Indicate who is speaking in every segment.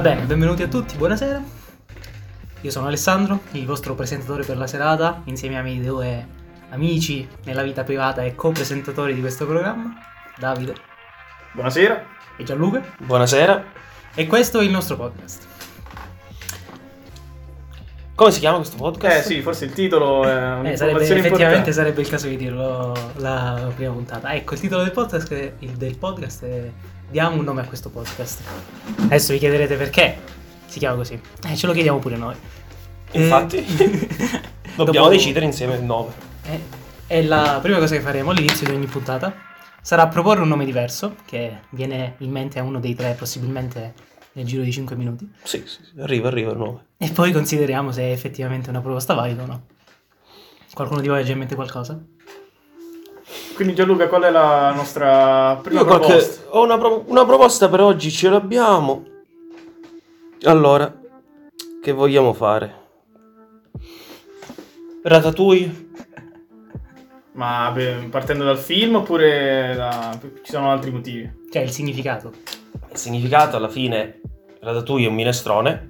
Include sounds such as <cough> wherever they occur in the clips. Speaker 1: bene, benvenuti a tutti, buonasera. Io sono Alessandro, il vostro presentatore per la serata, insieme a miei due amici nella vita privata e co-presentatori di questo programma, Davide
Speaker 2: Buonasera.
Speaker 1: e Gianluca.
Speaker 3: Buonasera.
Speaker 1: E questo è il nostro podcast. Eh,
Speaker 3: Come si chiama questo
Speaker 2: Eh
Speaker 3: podcast?
Speaker 2: sì, forse il titolo è
Speaker 1: Eh, sarebbe-
Speaker 2: un'informazione
Speaker 1: effettivamente
Speaker 2: importante.
Speaker 1: sarebbe il caso di dirlo la prima puntata. Ecco, il titolo del podcast, è, il- del podcast è Diamo un nome a questo podcast. Adesso vi chiederete perché si chiama così. Eh, ce lo chiediamo pure noi.
Speaker 3: Infatti.
Speaker 1: <laughs> Eh,
Speaker 3: Dobbiamo
Speaker 1: dopo-
Speaker 3: decidere insieme il nome.
Speaker 1: eh, è la prima cosa che faremo all'inizio di ogni puntata. Sarà proporre un nome diverso che viene in mente a uno dei tre, possibilmente nel giro di 5 minuti.
Speaker 3: Sì, sì, sì, arriva, arriva il nome.
Speaker 1: E poi consideriamo se è effettivamente una proposta valida o no. Qualcuno di voi ha già in mente qualcosa?
Speaker 2: Quindi Gianluca, qual è la nostra prima
Speaker 3: Io qualche-
Speaker 2: proposta?
Speaker 3: Ho una, pro- una proposta per oggi, ce l'abbiamo. Allora, che vogliamo fare? Ratatouille?
Speaker 2: Ma beh, partendo dal film oppure da- ci sono altri motivi?
Speaker 1: Cioè, il significato.
Speaker 3: Il significato alla fine, Ratatouille è un minestrone,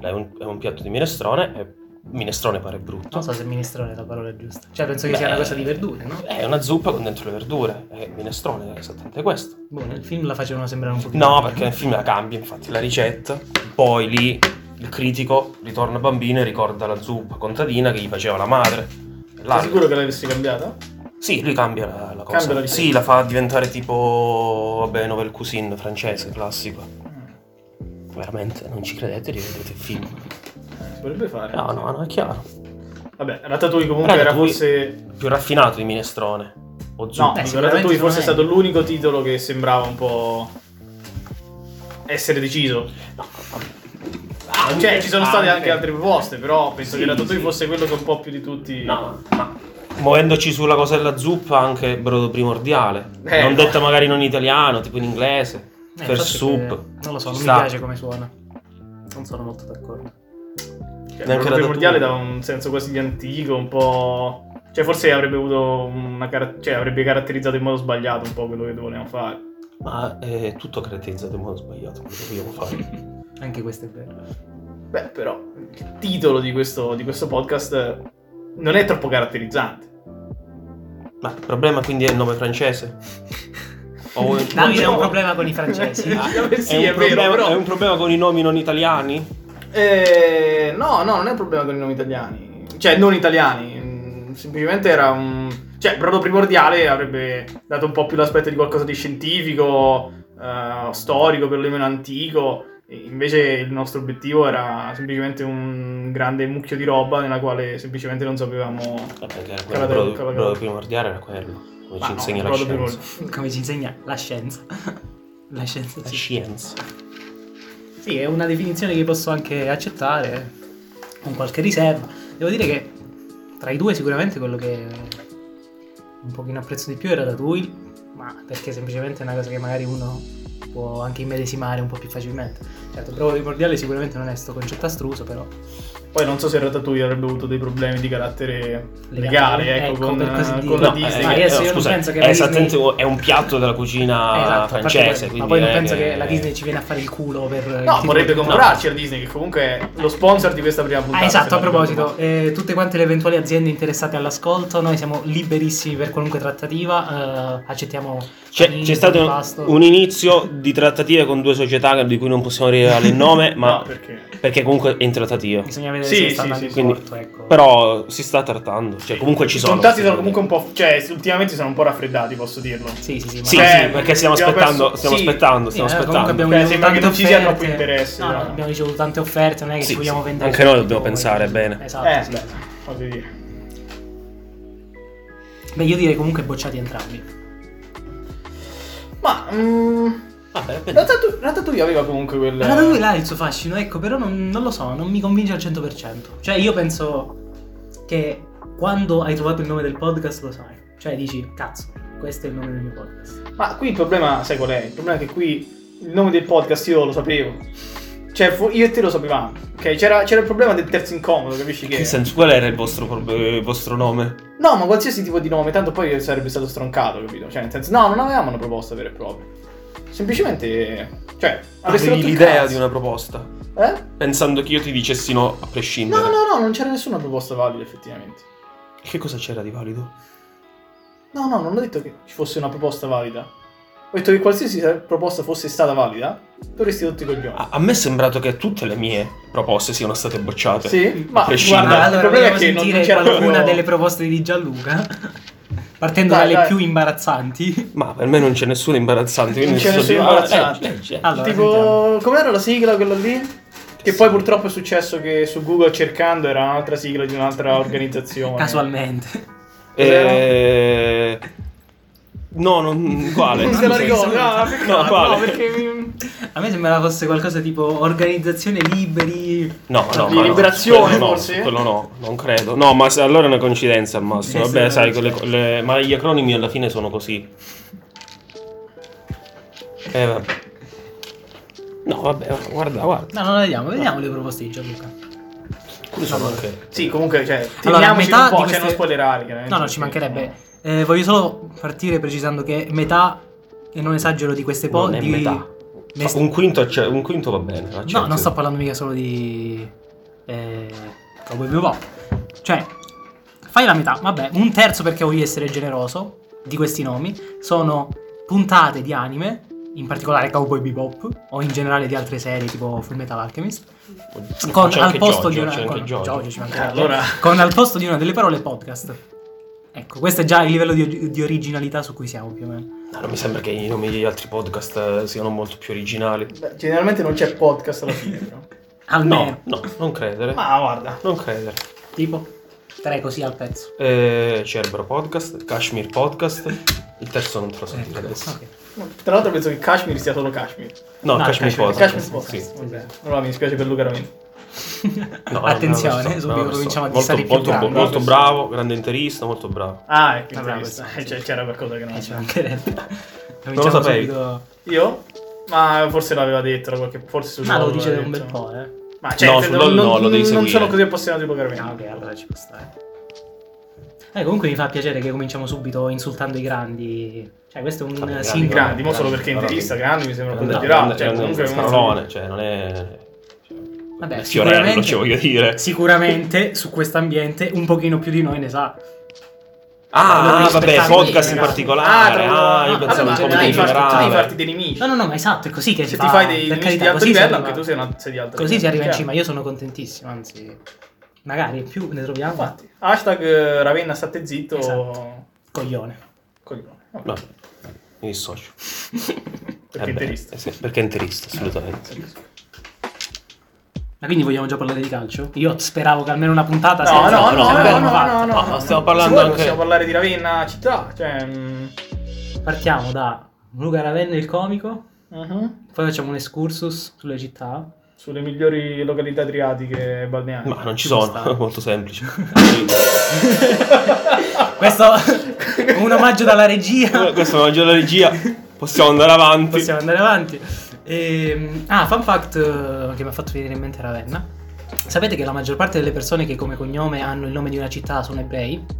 Speaker 3: è un, è un piatto di minestrone, e minestrone pare brutto.
Speaker 1: Non so se minestrone è la parola giusta. Cioè, penso che
Speaker 3: Beh,
Speaker 1: sia una cosa di verdure, no?
Speaker 3: È una zuppa con dentro le verdure, è il minestrone, è esattamente questo.
Speaker 1: Boh, nel film la facevano sembrare un po' più...
Speaker 3: No, perché nel film la cambia, infatti, la ricetta. Poi lì il critico ritorna bambino e ricorda la zuppa contadina che gli faceva la madre.
Speaker 2: Sei
Speaker 3: L'altro.
Speaker 2: sicuro che l'avessi cambiata?
Speaker 3: Sì, lui cambia la, la cosa.
Speaker 2: Cambia la ricetta.
Speaker 3: sì, la fa diventare tipo, vabbè, novel cuisine francese, classico. Veramente, non ci credete, rivedete il film.
Speaker 2: Eh, Si potrebbe fare.
Speaker 3: No, no, no, è chiaro.
Speaker 2: Vabbè, Ratatouille comunque
Speaker 3: Ratatouille-
Speaker 2: era forse...
Speaker 3: Più raffinato di minestrone. O
Speaker 1: Beh,
Speaker 2: No, dico,
Speaker 3: zuppa.
Speaker 1: Eh, sicuramente
Speaker 2: Ratatouille forse è
Speaker 1: sono
Speaker 2: stato l'unico titolo che sembrava un po' essere deciso. Cioè, ci sono state anche altre proposte, però penso
Speaker 3: Sì,
Speaker 2: che Ratatouille
Speaker 3: sì.
Speaker 2: fosse quello che un po' più di tutti...
Speaker 3: No, ma muovendoci sulla cosa della zuppa anche brodo primordiale.
Speaker 2: Eh,
Speaker 3: non
Speaker 2: no.
Speaker 3: detta magari non in italiano, tipo in inglese.
Speaker 1: Eh,
Speaker 3: per Esatto.
Speaker 1: forse
Speaker 3: sub.
Speaker 1: che- Non lo so,
Speaker 3: Ci
Speaker 1: non
Speaker 3: sta.
Speaker 1: mi piace come suona. Non sono molto d'accordo.
Speaker 2: Cioè,
Speaker 3: Neanche
Speaker 2: quello primordiale dava
Speaker 3: Ratatouille.
Speaker 2: un senso quasi di antico, un po'. Cioè, forse avrebbe avuto una cara- cioè, avrebbe caratterizzato in modo sbagliato un po' quello che volevamo fare.
Speaker 3: Ma è tutto caratterizzato in modo sbagliato, quello che vogliamo fare.
Speaker 1: Anche questo è vero.
Speaker 2: Beh, però, il titolo di questo, di questo podcast non è troppo caratterizzante.
Speaker 3: ma il problema quindi è il nome francese? O
Speaker 1: <laughs>
Speaker 3: vuoi-
Speaker 1: Davide ha
Speaker 2: no.
Speaker 1: un problema
Speaker 2: <laughs>
Speaker 1: con i francesi.
Speaker 2: Ah. sì,
Speaker 3: un
Speaker 2: è vero,
Speaker 3: problema-
Speaker 2: però-
Speaker 3: è un problema con i nomi non italiani?
Speaker 2: Eh, no, no, non è un problema con i nomi italiani. Cioè, non italiani. Mm, Semplicemente era un. Cioè, brodo primordiale avrebbe dato un po' più l'aspetto di qualcosa di scientifico, eh, storico, perlomeno antico. E Invece il nostro obiettivo era semplicemente un grande mucchio di roba nella quale semplicemente non sapevamo.
Speaker 3: Eh, perché era quello,
Speaker 2: Calate-
Speaker 3: il brodo,
Speaker 2: calate-
Speaker 3: brodo primordiale era quello, come
Speaker 2: Ma
Speaker 3: ci
Speaker 2: no,
Speaker 3: insegna la
Speaker 2: brodo
Speaker 3: scienza.
Speaker 2: primordiale.
Speaker 1: Come ci insegna la scienza. La scienza,
Speaker 3: La
Speaker 1: sì.
Speaker 3: scienza.
Speaker 1: Sì, è una definizione che posso anche accettare, con qualche riserva. Devo dire che tra i due sicuramente quello che un pochino apprezzo di più era Ratatouille, ma perché semplicemente è una cosa che magari uno può anche immedesimare un po' più facilmente. Certo, provo primordiale sicuramente non è sto concetto astruso, però
Speaker 2: Poi non so se Ratatouille avrebbe avuto dei problemi di carattere
Speaker 1: Legale,
Speaker 2: legale, ecco,
Speaker 1: ecco,
Speaker 2: con,
Speaker 1: per così
Speaker 2: con
Speaker 1: dire.
Speaker 2: la
Speaker 1: No,
Speaker 2: Disney.
Speaker 1: Ma eh, adesso io non
Speaker 3: scusa,
Speaker 1: penso che
Speaker 3: è
Speaker 1: la
Speaker 3: esattamente
Speaker 1: Disney-
Speaker 3: è un piatto della cucina
Speaker 1: Esatto, a parte
Speaker 3: Ah, francese,
Speaker 1: quello.
Speaker 3: quindi
Speaker 1: ma poi non
Speaker 3: è
Speaker 1: penso che la Disney ci viene a fare il culo per il
Speaker 2: No,
Speaker 1: titolo
Speaker 2: vorrebbe
Speaker 1: del-
Speaker 2: comprarci la Disney, che comunque è lo sponsor di questa prima puntata.
Speaker 1: Ah, esatto, a
Speaker 2: secondo me.
Speaker 1: proposito, eh, tutte quante le eventuali aziende interessate all'ascolto, noi siamo liberissimi per qualunque trattativa, eh, accettiamo
Speaker 3: C'è,
Speaker 1: panini,
Speaker 3: c'è stato
Speaker 1: pasto.
Speaker 3: un inizio di trattative con due società di cui non possiamo rivelare
Speaker 2: <laughs>
Speaker 3: il nome, ma
Speaker 2: No, Esatto. perché...
Speaker 3: perché comunque è in trattativa.
Speaker 1: Bisogna vedere
Speaker 2: Sì,
Speaker 1: se
Speaker 2: sì,
Speaker 1: sta andando
Speaker 2: sì,
Speaker 1: in
Speaker 2: sì.
Speaker 1: porto, ecco.
Speaker 3: Però si sta trattando, cioè comunque ci sono.
Speaker 2: I contatti sono comunque un po'. Cioè, ultimamente sono un po' raffreddati, posso dirlo.
Speaker 1: Sì, sì, sì, ma
Speaker 3: Sì,
Speaker 2: Beh,
Speaker 3: sì, perché stiamo
Speaker 2: abbiamo
Speaker 3: aspettando,
Speaker 2: perso-
Speaker 3: stiamo
Speaker 2: sì.
Speaker 3: aspettando,
Speaker 1: Sì,
Speaker 3: stiamo
Speaker 1: eh, comunque
Speaker 3: aspettando. Cioè,
Speaker 1: abbiamo
Speaker 2: Beh,
Speaker 1: ricevuto
Speaker 2: sembra
Speaker 1: tante
Speaker 2: che non ci siano
Speaker 1: offerte.
Speaker 2: troppo interesse,
Speaker 1: No, no,
Speaker 2: però.
Speaker 1: abbiamo ricevuto tante offerte, non è che
Speaker 3: Sì,
Speaker 1: ci vogliamo
Speaker 3: sì,
Speaker 1: vendere.
Speaker 3: anche noi
Speaker 1: tutti
Speaker 3: dobbiamo
Speaker 1: poi.
Speaker 3: pensare bene.
Speaker 1: Esatto,
Speaker 2: eh,
Speaker 1: sì.
Speaker 2: beh, voglio dire.
Speaker 1: Beh, io direi comunque bocciati entrambi.
Speaker 2: Ma. Mm,
Speaker 3: Vabbè, vabbè.
Speaker 2: Ratatouille, Ratatouille aveva comunque quel.
Speaker 1: Allora lui là ha il suo fascino, ecco, però non, non lo so, non mi convince al 100%. Cioè, io penso che quando hai trovato il nome del podcast lo sai. Cioè, dici, cazzo, questo è il nome del mio podcast.
Speaker 2: Ma qui il problema, sai qual è? Il problema è che qui il nome del podcast io lo sapevo. Cioè, fu- io e te lo sapevamo. Ok, c'era, c'era il problema del terzo incomodo, capisci che.
Speaker 3: Che senso, qual era il vostro, pro- il vostro nome?
Speaker 2: No, ma qualsiasi tipo di nome, tanto poi sarebbe stato stroncato, capito? Cioè, nel senso, no, non avevamo una proposta vera e propria. Semplicemente, cioè, avresti
Speaker 3: Ah, Avevi
Speaker 2: rotto il
Speaker 3: l'idea
Speaker 2: cazzo.
Speaker 3: di una proposta,
Speaker 2: Eh?
Speaker 3: pensando che io ti dicessi no a
Speaker 2: No,
Speaker 3: prescindere.
Speaker 2: no, no, non c'era nessuna proposta valida effettivamente.
Speaker 3: E Che cosa c'era di valido?
Speaker 2: No, no, non ho detto che ci fosse una proposta valida. Ho detto che qualsiasi eh, proposta fosse stata valida, dovresti tutti i coglioni.
Speaker 3: A, a me è sembrato che tutte le mie proposte siano state bocciate.
Speaker 2: sì,
Speaker 3: a
Speaker 2: ma guarda,
Speaker 3: prescindere.
Speaker 2: il
Speaker 1: Cioè, allora
Speaker 2: problema
Speaker 1: vogliamo
Speaker 2: è che non,
Speaker 1: sentire
Speaker 2: non c'era
Speaker 1: qualcuna
Speaker 2: proprio...
Speaker 1: delle proposte di Gianluca. Partendo
Speaker 2: Dai,
Speaker 1: dalle
Speaker 2: dai.
Speaker 1: più imbarazzanti.
Speaker 3: Ma per me non c'è nessuno imbarazzante. quindi
Speaker 2: Non c'è
Speaker 3: sto
Speaker 2: nessuno
Speaker 3: dicendo- Ah,
Speaker 2: imbarazzante.
Speaker 3: leggi, leggi, eh.
Speaker 1: Allora, sentiamo.
Speaker 2: Tipo, com'era la sigla quella lì? Che poi purtroppo è successo che su Google cercando era un'altra sigla di un'altra organizzazione.
Speaker 1: Casualmente.
Speaker 3: Eh, No, non uguale.
Speaker 2: Non se la
Speaker 3: Scusa,
Speaker 2: ricordo, no,
Speaker 1: Ah, no,
Speaker 2: peccato,
Speaker 3: no, quale?
Speaker 2: no, Ah, perché mi-
Speaker 1: A me sembrava fosse qualcosa tipo organizzazione liberi.
Speaker 3: No, no,
Speaker 2: Di
Speaker 3: ma no,
Speaker 2: liberazione,
Speaker 3: quello no,
Speaker 2: forse?
Speaker 3: Quello no, non credo. No, ma se- allora è una coincidenza al massimo.
Speaker 1: Eh, sì,
Speaker 3: Vabbè, sai,
Speaker 1: sì.
Speaker 3: quelle co- le- ma gli acronimi alla fine sono così. Eh, vabbè. No, vabbè, guarda, guarda.
Speaker 1: No, non la vediamo, vediamo le proposte di Gianluca.
Speaker 3: Alcune sono anche...
Speaker 2: Sì, comunque, cioè,
Speaker 1: Allora, a
Speaker 2: teniamoci
Speaker 1: metà
Speaker 2: un
Speaker 1: di
Speaker 2: po', cioè
Speaker 1: queste-
Speaker 2: non spoilerare, chiaramente.
Speaker 1: No, no, ci mancherebbe. Eh, voglio solo partire precisando che metà, e non esagero, di queste po'
Speaker 3: Non è
Speaker 1: di-
Speaker 3: metà. cioè,
Speaker 1: ne-
Speaker 3: Fa- Un quinto, acce- un quinto va bene.
Speaker 1: No,
Speaker 3: accetto.
Speaker 1: non sto parlando mica solo di. Eh, Cowboy Bebop. Cioè, fai la metà, vabbè, un terzo perché voglio essere generoso di questi nomi. Sono puntate di anime, in particolare Cowboy Bebop, o in generale di altre serie tipo Full Metal Alchemist. Con
Speaker 3: C'è
Speaker 1: al
Speaker 3: anche
Speaker 1: posto
Speaker 3: Giorgio,
Speaker 1: di una.
Speaker 3: c'è anche
Speaker 1: con,
Speaker 3: Giorgio.
Speaker 1: Giorgio, ci mancherebbe.
Speaker 2: Cioè, Allora,
Speaker 1: Con al posto di una delle parole podcast. Ecco, questo è già il livello di, di originalità su cui siamo più o meno.
Speaker 3: No, non mi sembra che i nomi degli altri podcast eh, siano molto più originali.
Speaker 2: beh, generalmente non c'è podcast alla fine, però.
Speaker 1: Almeno,
Speaker 3: No, no, non credere.
Speaker 2: Ma guarda,
Speaker 3: Non credere.
Speaker 1: tipo, tre così al pezzo.
Speaker 3: Eh, Cerbero Podcast, Kashmir Podcast. Il terzo non te lo so dire
Speaker 1: Ecco,
Speaker 3: adesso.
Speaker 1: ok.
Speaker 2: tra l'altro penso che Kashmir sia solo Kashmir.
Speaker 3: No,
Speaker 1: No,
Speaker 3: Kashmir,
Speaker 1: Kashmir-
Speaker 3: Podcast.
Speaker 2: Kashmir podcast.
Speaker 3: Sì.
Speaker 2: Vabbè. Allora mi dispiace per Luca Ramini.
Speaker 3: No,
Speaker 1: Attenzione,
Speaker 3: no, no,
Speaker 1: subito
Speaker 3: no, no,
Speaker 1: cominciamo a
Speaker 3: molto-
Speaker 1: dissare i più
Speaker 3: molto,
Speaker 1: bravi.
Speaker 3: molto, molto bravo, grande interista, molto bravo.
Speaker 2: Ah, ecco,
Speaker 1: Vabbè,
Speaker 2: intervista.
Speaker 1: questo, sì.
Speaker 2: Cioè, c'era qualcosa che non
Speaker 1: Eh, ci mancherebbe.
Speaker 3: Non lo sapevi?
Speaker 1: subito.
Speaker 2: Io? Ma forse l'aveva detto, da qualche... forse sul
Speaker 1: Ma lo
Speaker 2: blog
Speaker 1: dice
Speaker 2: l'aveva
Speaker 1: un bel
Speaker 2: detto.
Speaker 1: po', eh.
Speaker 2: Ma cioè,
Speaker 3: No,
Speaker 2: non-
Speaker 3: sul blog no, lo devi
Speaker 2: non, non
Speaker 3: seguire.
Speaker 2: sono così appassionato di Luca Ramini.
Speaker 1: Ah, ok, allora ci può stare. Eh, comunque mi fa piacere che cominciamo subito insultando i grandi. Cioè, questo è un
Speaker 3: Vabbè,
Speaker 1: eh,
Speaker 3: grandi,
Speaker 1: sing-
Speaker 3: grandi.
Speaker 2: grandi, mo solo perché intervista, grandi mi sembra
Speaker 3: Grande-
Speaker 2: quello girato.
Speaker 3: grande-
Speaker 2: Cioè,
Speaker 3: grande
Speaker 2: comunque
Speaker 3: scarolone, cioè non è...
Speaker 1: Vabbè,
Speaker 3: è Fiorello,
Speaker 1: sicuramente-
Speaker 3: ci voglio dire.
Speaker 1: Sicuramente su quest'ambiente un pochino più di noi ne sa. Lo
Speaker 3: Ah, ah, vabbè,
Speaker 1: rispettavo
Speaker 3: podcast in
Speaker 1: io,
Speaker 3: particolare. Ah, io
Speaker 1: no,
Speaker 3: pensavo
Speaker 1: vabbè,
Speaker 3: un
Speaker 1: ma
Speaker 3: po'
Speaker 1: dai,
Speaker 3: più
Speaker 1: infatti,
Speaker 2: Tu
Speaker 3: in
Speaker 2: devi farti
Speaker 3: generale.
Speaker 2: dei nemici.
Speaker 1: No, no, no, ma esatto, è così che si
Speaker 2: Se
Speaker 1: fa.
Speaker 2: Cioè, ti fai dei
Speaker 1: per
Speaker 2: nemici di
Speaker 1: carità,
Speaker 2: alto
Speaker 1: così si
Speaker 2: livello,
Speaker 1: arriva-
Speaker 2: anche tu sei, una, sei di alto
Speaker 1: Così si
Speaker 2: livello.
Speaker 1: arriva in
Speaker 2: Cioè,
Speaker 1: cima, io sono contentissimo, anzi. Magari più ne troviamo.
Speaker 2: Infatti, hashtag eh, Ravenna state zitto.
Speaker 1: Esatto. Coglione.
Speaker 2: Coglione. Vabbè,
Speaker 3: Vabbè, mi dissocio.
Speaker 2: Perché
Speaker 3: Eh beh,
Speaker 2: interista.
Speaker 3: eh sì, perché interista, assolutamente.
Speaker 1: Ma quindi vogliamo già parlare di calcio? Io speravo che almeno una puntata
Speaker 2: No,
Speaker 1: senza-
Speaker 2: no, no,
Speaker 1: senza
Speaker 2: no, no,
Speaker 1: averlo
Speaker 2: no,
Speaker 1: fatto.
Speaker 2: no, no,
Speaker 3: Ma
Speaker 2: no.
Speaker 3: Ah, stiamo
Speaker 2: Se
Speaker 3: parlando
Speaker 2: vuoi
Speaker 3: anche-
Speaker 2: Possiamo parlare di Ravenna città, cioè... mm,
Speaker 1: Partiamo da Luca Ravenna il comico,
Speaker 2: mhm,
Speaker 1: poi facciamo un excursus sulle città.
Speaker 2: Sulle migliori località adriatiche e balneari.
Speaker 3: Eh,
Speaker 2: <laughs>
Speaker 3: Ma non ci
Speaker 1: Ci può
Speaker 3: sono,
Speaker 1: stare.
Speaker 3: è <laughs> molto semplice. <laughs>
Speaker 2: <laughs>
Speaker 1: Questo <laughs> un omaggio dalla regia.
Speaker 3: Questo è una già la regia, possiamo andare avanti.
Speaker 1: Possiamo andare avanti. Ehm, ah, fun fact eh, che mi ha fatto venire in mente Ravenna. Sapete che la maggior parte delle persone che come cognome hanno il nome di una città sono ebrei?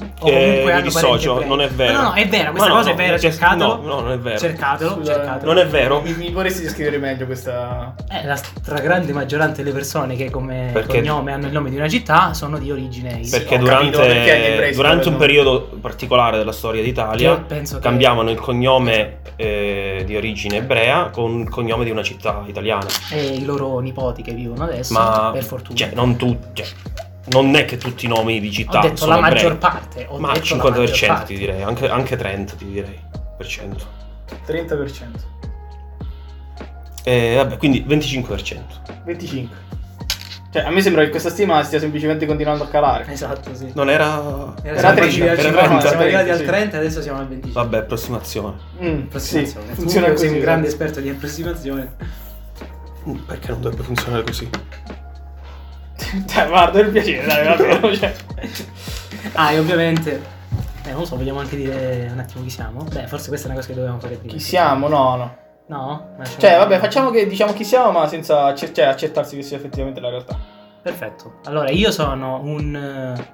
Speaker 1: O
Speaker 3: Eh,
Speaker 1: comunque
Speaker 3: mi
Speaker 1: hanno parenti
Speaker 3: dissocio,
Speaker 1: ebrei?
Speaker 3: non è vero.
Speaker 1: No, no, è vera, questa
Speaker 3: Ma no,
Speaker 1: cosa è
Speaker 3: no,
Speaker 1: vera,
Speaker 3: cioè,
Speaker 1: cercatelo.
Speaker 3: no, no, non è vero.
Speaker 1: Cercatelo,
Speaker 2: Scusa,
Speaker 1: cercatelo.
Speaker 3: Non è vero.
Speaker 2: Mi, mi vorresti descrivere meglio questa...
Speaker 1: Eh, la stragrande maggioranza delle persone che come
Speaker 3: Perché-
Speaker 1: cognome hanno il nome di una città sono di origine islamica.
Speaker 3: Perché
Speaker 2: ho
Speaker 3: durante,
Speaker 2: capito perché gli ebrei si
Speaker 3: durante un
Speaker 2: chiamano-
Speaker 3: periodo particolare della storia d'Italia
Speaker 1: Io penso che-
Speaker 3: cambiavano il cognome eh, di origine ebrea con il cognome di una città italiana.
Speaker 1: E i loro nipoti che vivono adesso,
Speaker 3: Ma
Speaker 1: per fortuna.
Speaker 3: Cioè, non tutti. non è che tutti i nomi di città
Speaker 1: ho detto
Speaker 3: sono
Speaker 1: la
Speaker 3: ebrei.
Speaker 1: maggior parte. Ho
Speaker 3: Ma il
Speaker 1: detto la maggior
Speaker 3: 50%
Speaker 1: parte.
Speaker 3: ti direi, anche, anche 30 ti direi. Per cento.
Speaker 2: 30%.
Speaker 3: Eh, vabbè, quindi 25%.
Speaker 2: 25. Cioè, a me sembra che questa stima stia semplicemente continuando a calare.
Speaker 1: Esatto, sì.
Speaker 3: Non era...
Speaker 2: Era 30,
Speaker 1: arrivati al 50,
Speaker 2: era 30,
Speaker 1: siamo arrivati al
Speaker 2: sì.
Speaker 1: 30, adesso siamo al 25.
Speaker 3: Vabbè, approssimazione.
Speaker 2: Mm, sì,
Speaker 1: Approssimazione. Tu
Speaker 2: funziona
Speaker 1: che
Speaker 2: così.
Speaker 1: Sei un grande esperto di <laughs> approssimazione.
Speaker 3: Mm, Perché non dovrebbe funzionare così?
Speaker 2: <laughs> Cioè, guarda, il piacere, dai, va
Speaker 3: <laughs>
Speaker 2: bene, cioè.
Speaker 1: Ah, e ovviamente. Eh, non lo so, vogliamo anche dire un attimo chi siamo? Beh, forse questa è una cosa che dovevamo fare prima.
Speaker 2: Chi siamo? No, no.
Speaker 1: No? Lasciamo-
Speaker 2: Cioè, vabbè, facciamo che diciamo chi siamo, ma senza acce- cioè, accettarsi che sia effettivamente la realtà.
Speaker 1: Perfetto. Allora, io sono un eh,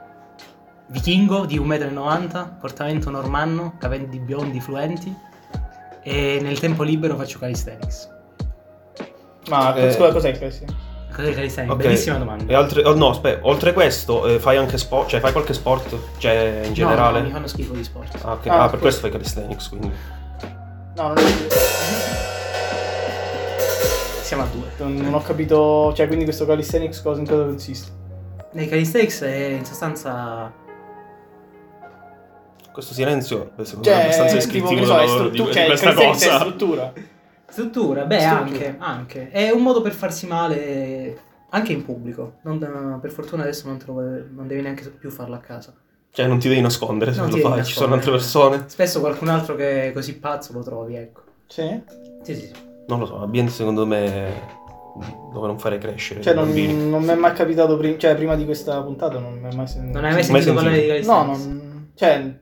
Speaker 1: vichingo di 1,90m, portamento normanno, capelli biondi fluenti, e nel tempo libero faccio calisthenics.
Speaker 2: Ma
Speaker 3: Eh.
Speaker 2: scusa, cos'è il classico?
Speaker 1: Cos'è il
Speaker 2: Eh,
Speaker 1: calisthenics?
Speaker 3: Ok.
Speaker 1: Bellissima domanda.
Speaker 3: E altre, oh, no, aspetta, oltre questo, eh, fai anche sport, cioè fai qualche sport, cioè in generale?
Speaker 1: No, mi fanno schifo gli sport.
Speaker 3: Ah, ok.
Speaker 2: Ah,
Speaker 3: Ah, per
Speaker 2: scusa.
Speaker 3: questo fai calisthenics, quindi.
Speaker 2: No, non è
Speaker 1: Siamo a due.
Speaker 2: Non, non ho capito, cioè, quindi questo calisthenics cosa in cosa consiste?
Speaker 1: Nei calisthenics è in sostanza
Speaker 3: Questo silenzio è secondo me
Speaker 2: Cioè,
Speaker 3: abbastanza
Speaker 2: tipo, che
Speaker 3: iscrittivo
Speaker 2: ne so, è
Speaker 3: della-
Speaker 2: stru-
Speaker 3: di,
Speaker 2: tu-
Speaker 3: di
Speaker 2: cioè, il
Speaker 3: questa
Speaker 2: calisthenics è
Speaker 3: cosa.
Speaker 2: struttura.
Speaker 1: Struttura, beh,
Speaker 2: Struttura.
Speaker 1: anche, anche. È un modo per farsi male anche in pubblico. Non da- per fortuna adesso non, te lo- non devi neanche più farlo a casa.
Speaker 3: Cioè, non ti devi nascondere se
Speaker 1: Non
Speaker 3: lo
Speaker 1: ti devi
Speaker 3: fai, ci sono altre
Speaker 1: nascondere.
Speaker 3: persone.
Speaker 1: Spesso qualcun altro che è così pazzo lo trovi, ecco.
Speaker 2: Sì?
Speaker 1: Sì, sì, sì.
Speaker 3: Non lo so, ambiente secondo me dove non fare crescere
Speaker 2: Cioè,
Speaker 3: i
Speaker 2: non,
Speaker 3: bambini.
Speaker 2: non mi è mai capitato, prim- cioè, prima di questa puntata non mi è mai
Speaker 1: Non hai mai
Speaker 3: Mai
Speaker 1: sentito parlare di
Speaker 2: No,
Speaker 1: calisthenics?
Speaker 2: non... Cioè,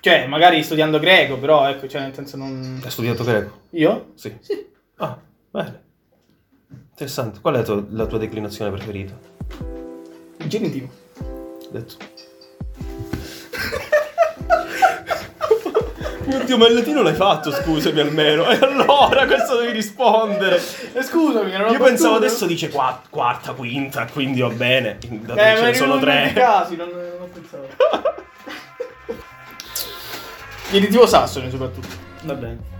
Speaker 2: cioè, magari studiando greco, però, ecco, cioè, nel senso non...
Speaker 3: Hai studiato greco?
Speaker 2: Io?
Speaker 3: Sì.
Speaker 2: Sì.
Speaker 3: Ah, bene. Interessante. Qual è la tua, la tua declinazione preferita?
Speaker 2: Il genitivo.
Speaker 3: Detto. Oddio, ma il latino l'hai fatto, scusami almeno. E <laughs> allora, questo devi rispondere.
Speaker 2: Eh, scusami, non ho
Speaker 3: Io
Speaker 2: battuto.
Speaker 3: pensavo adesso dice qua- quarta, quinta, quindi va bene. Dato
Speaker 2: Eh,
Speaker 3: che
Speaker 2: ma
Speaker 3: ce ne
Speaker 2: ero
Speaker 3: sono
Speaker 2: in uno di
Speaker 3: cioè, tre.
Speaker 2: casi, non, non ho pensato. Genitivo sassone, soprattutto.
Speaker 1: Va bene.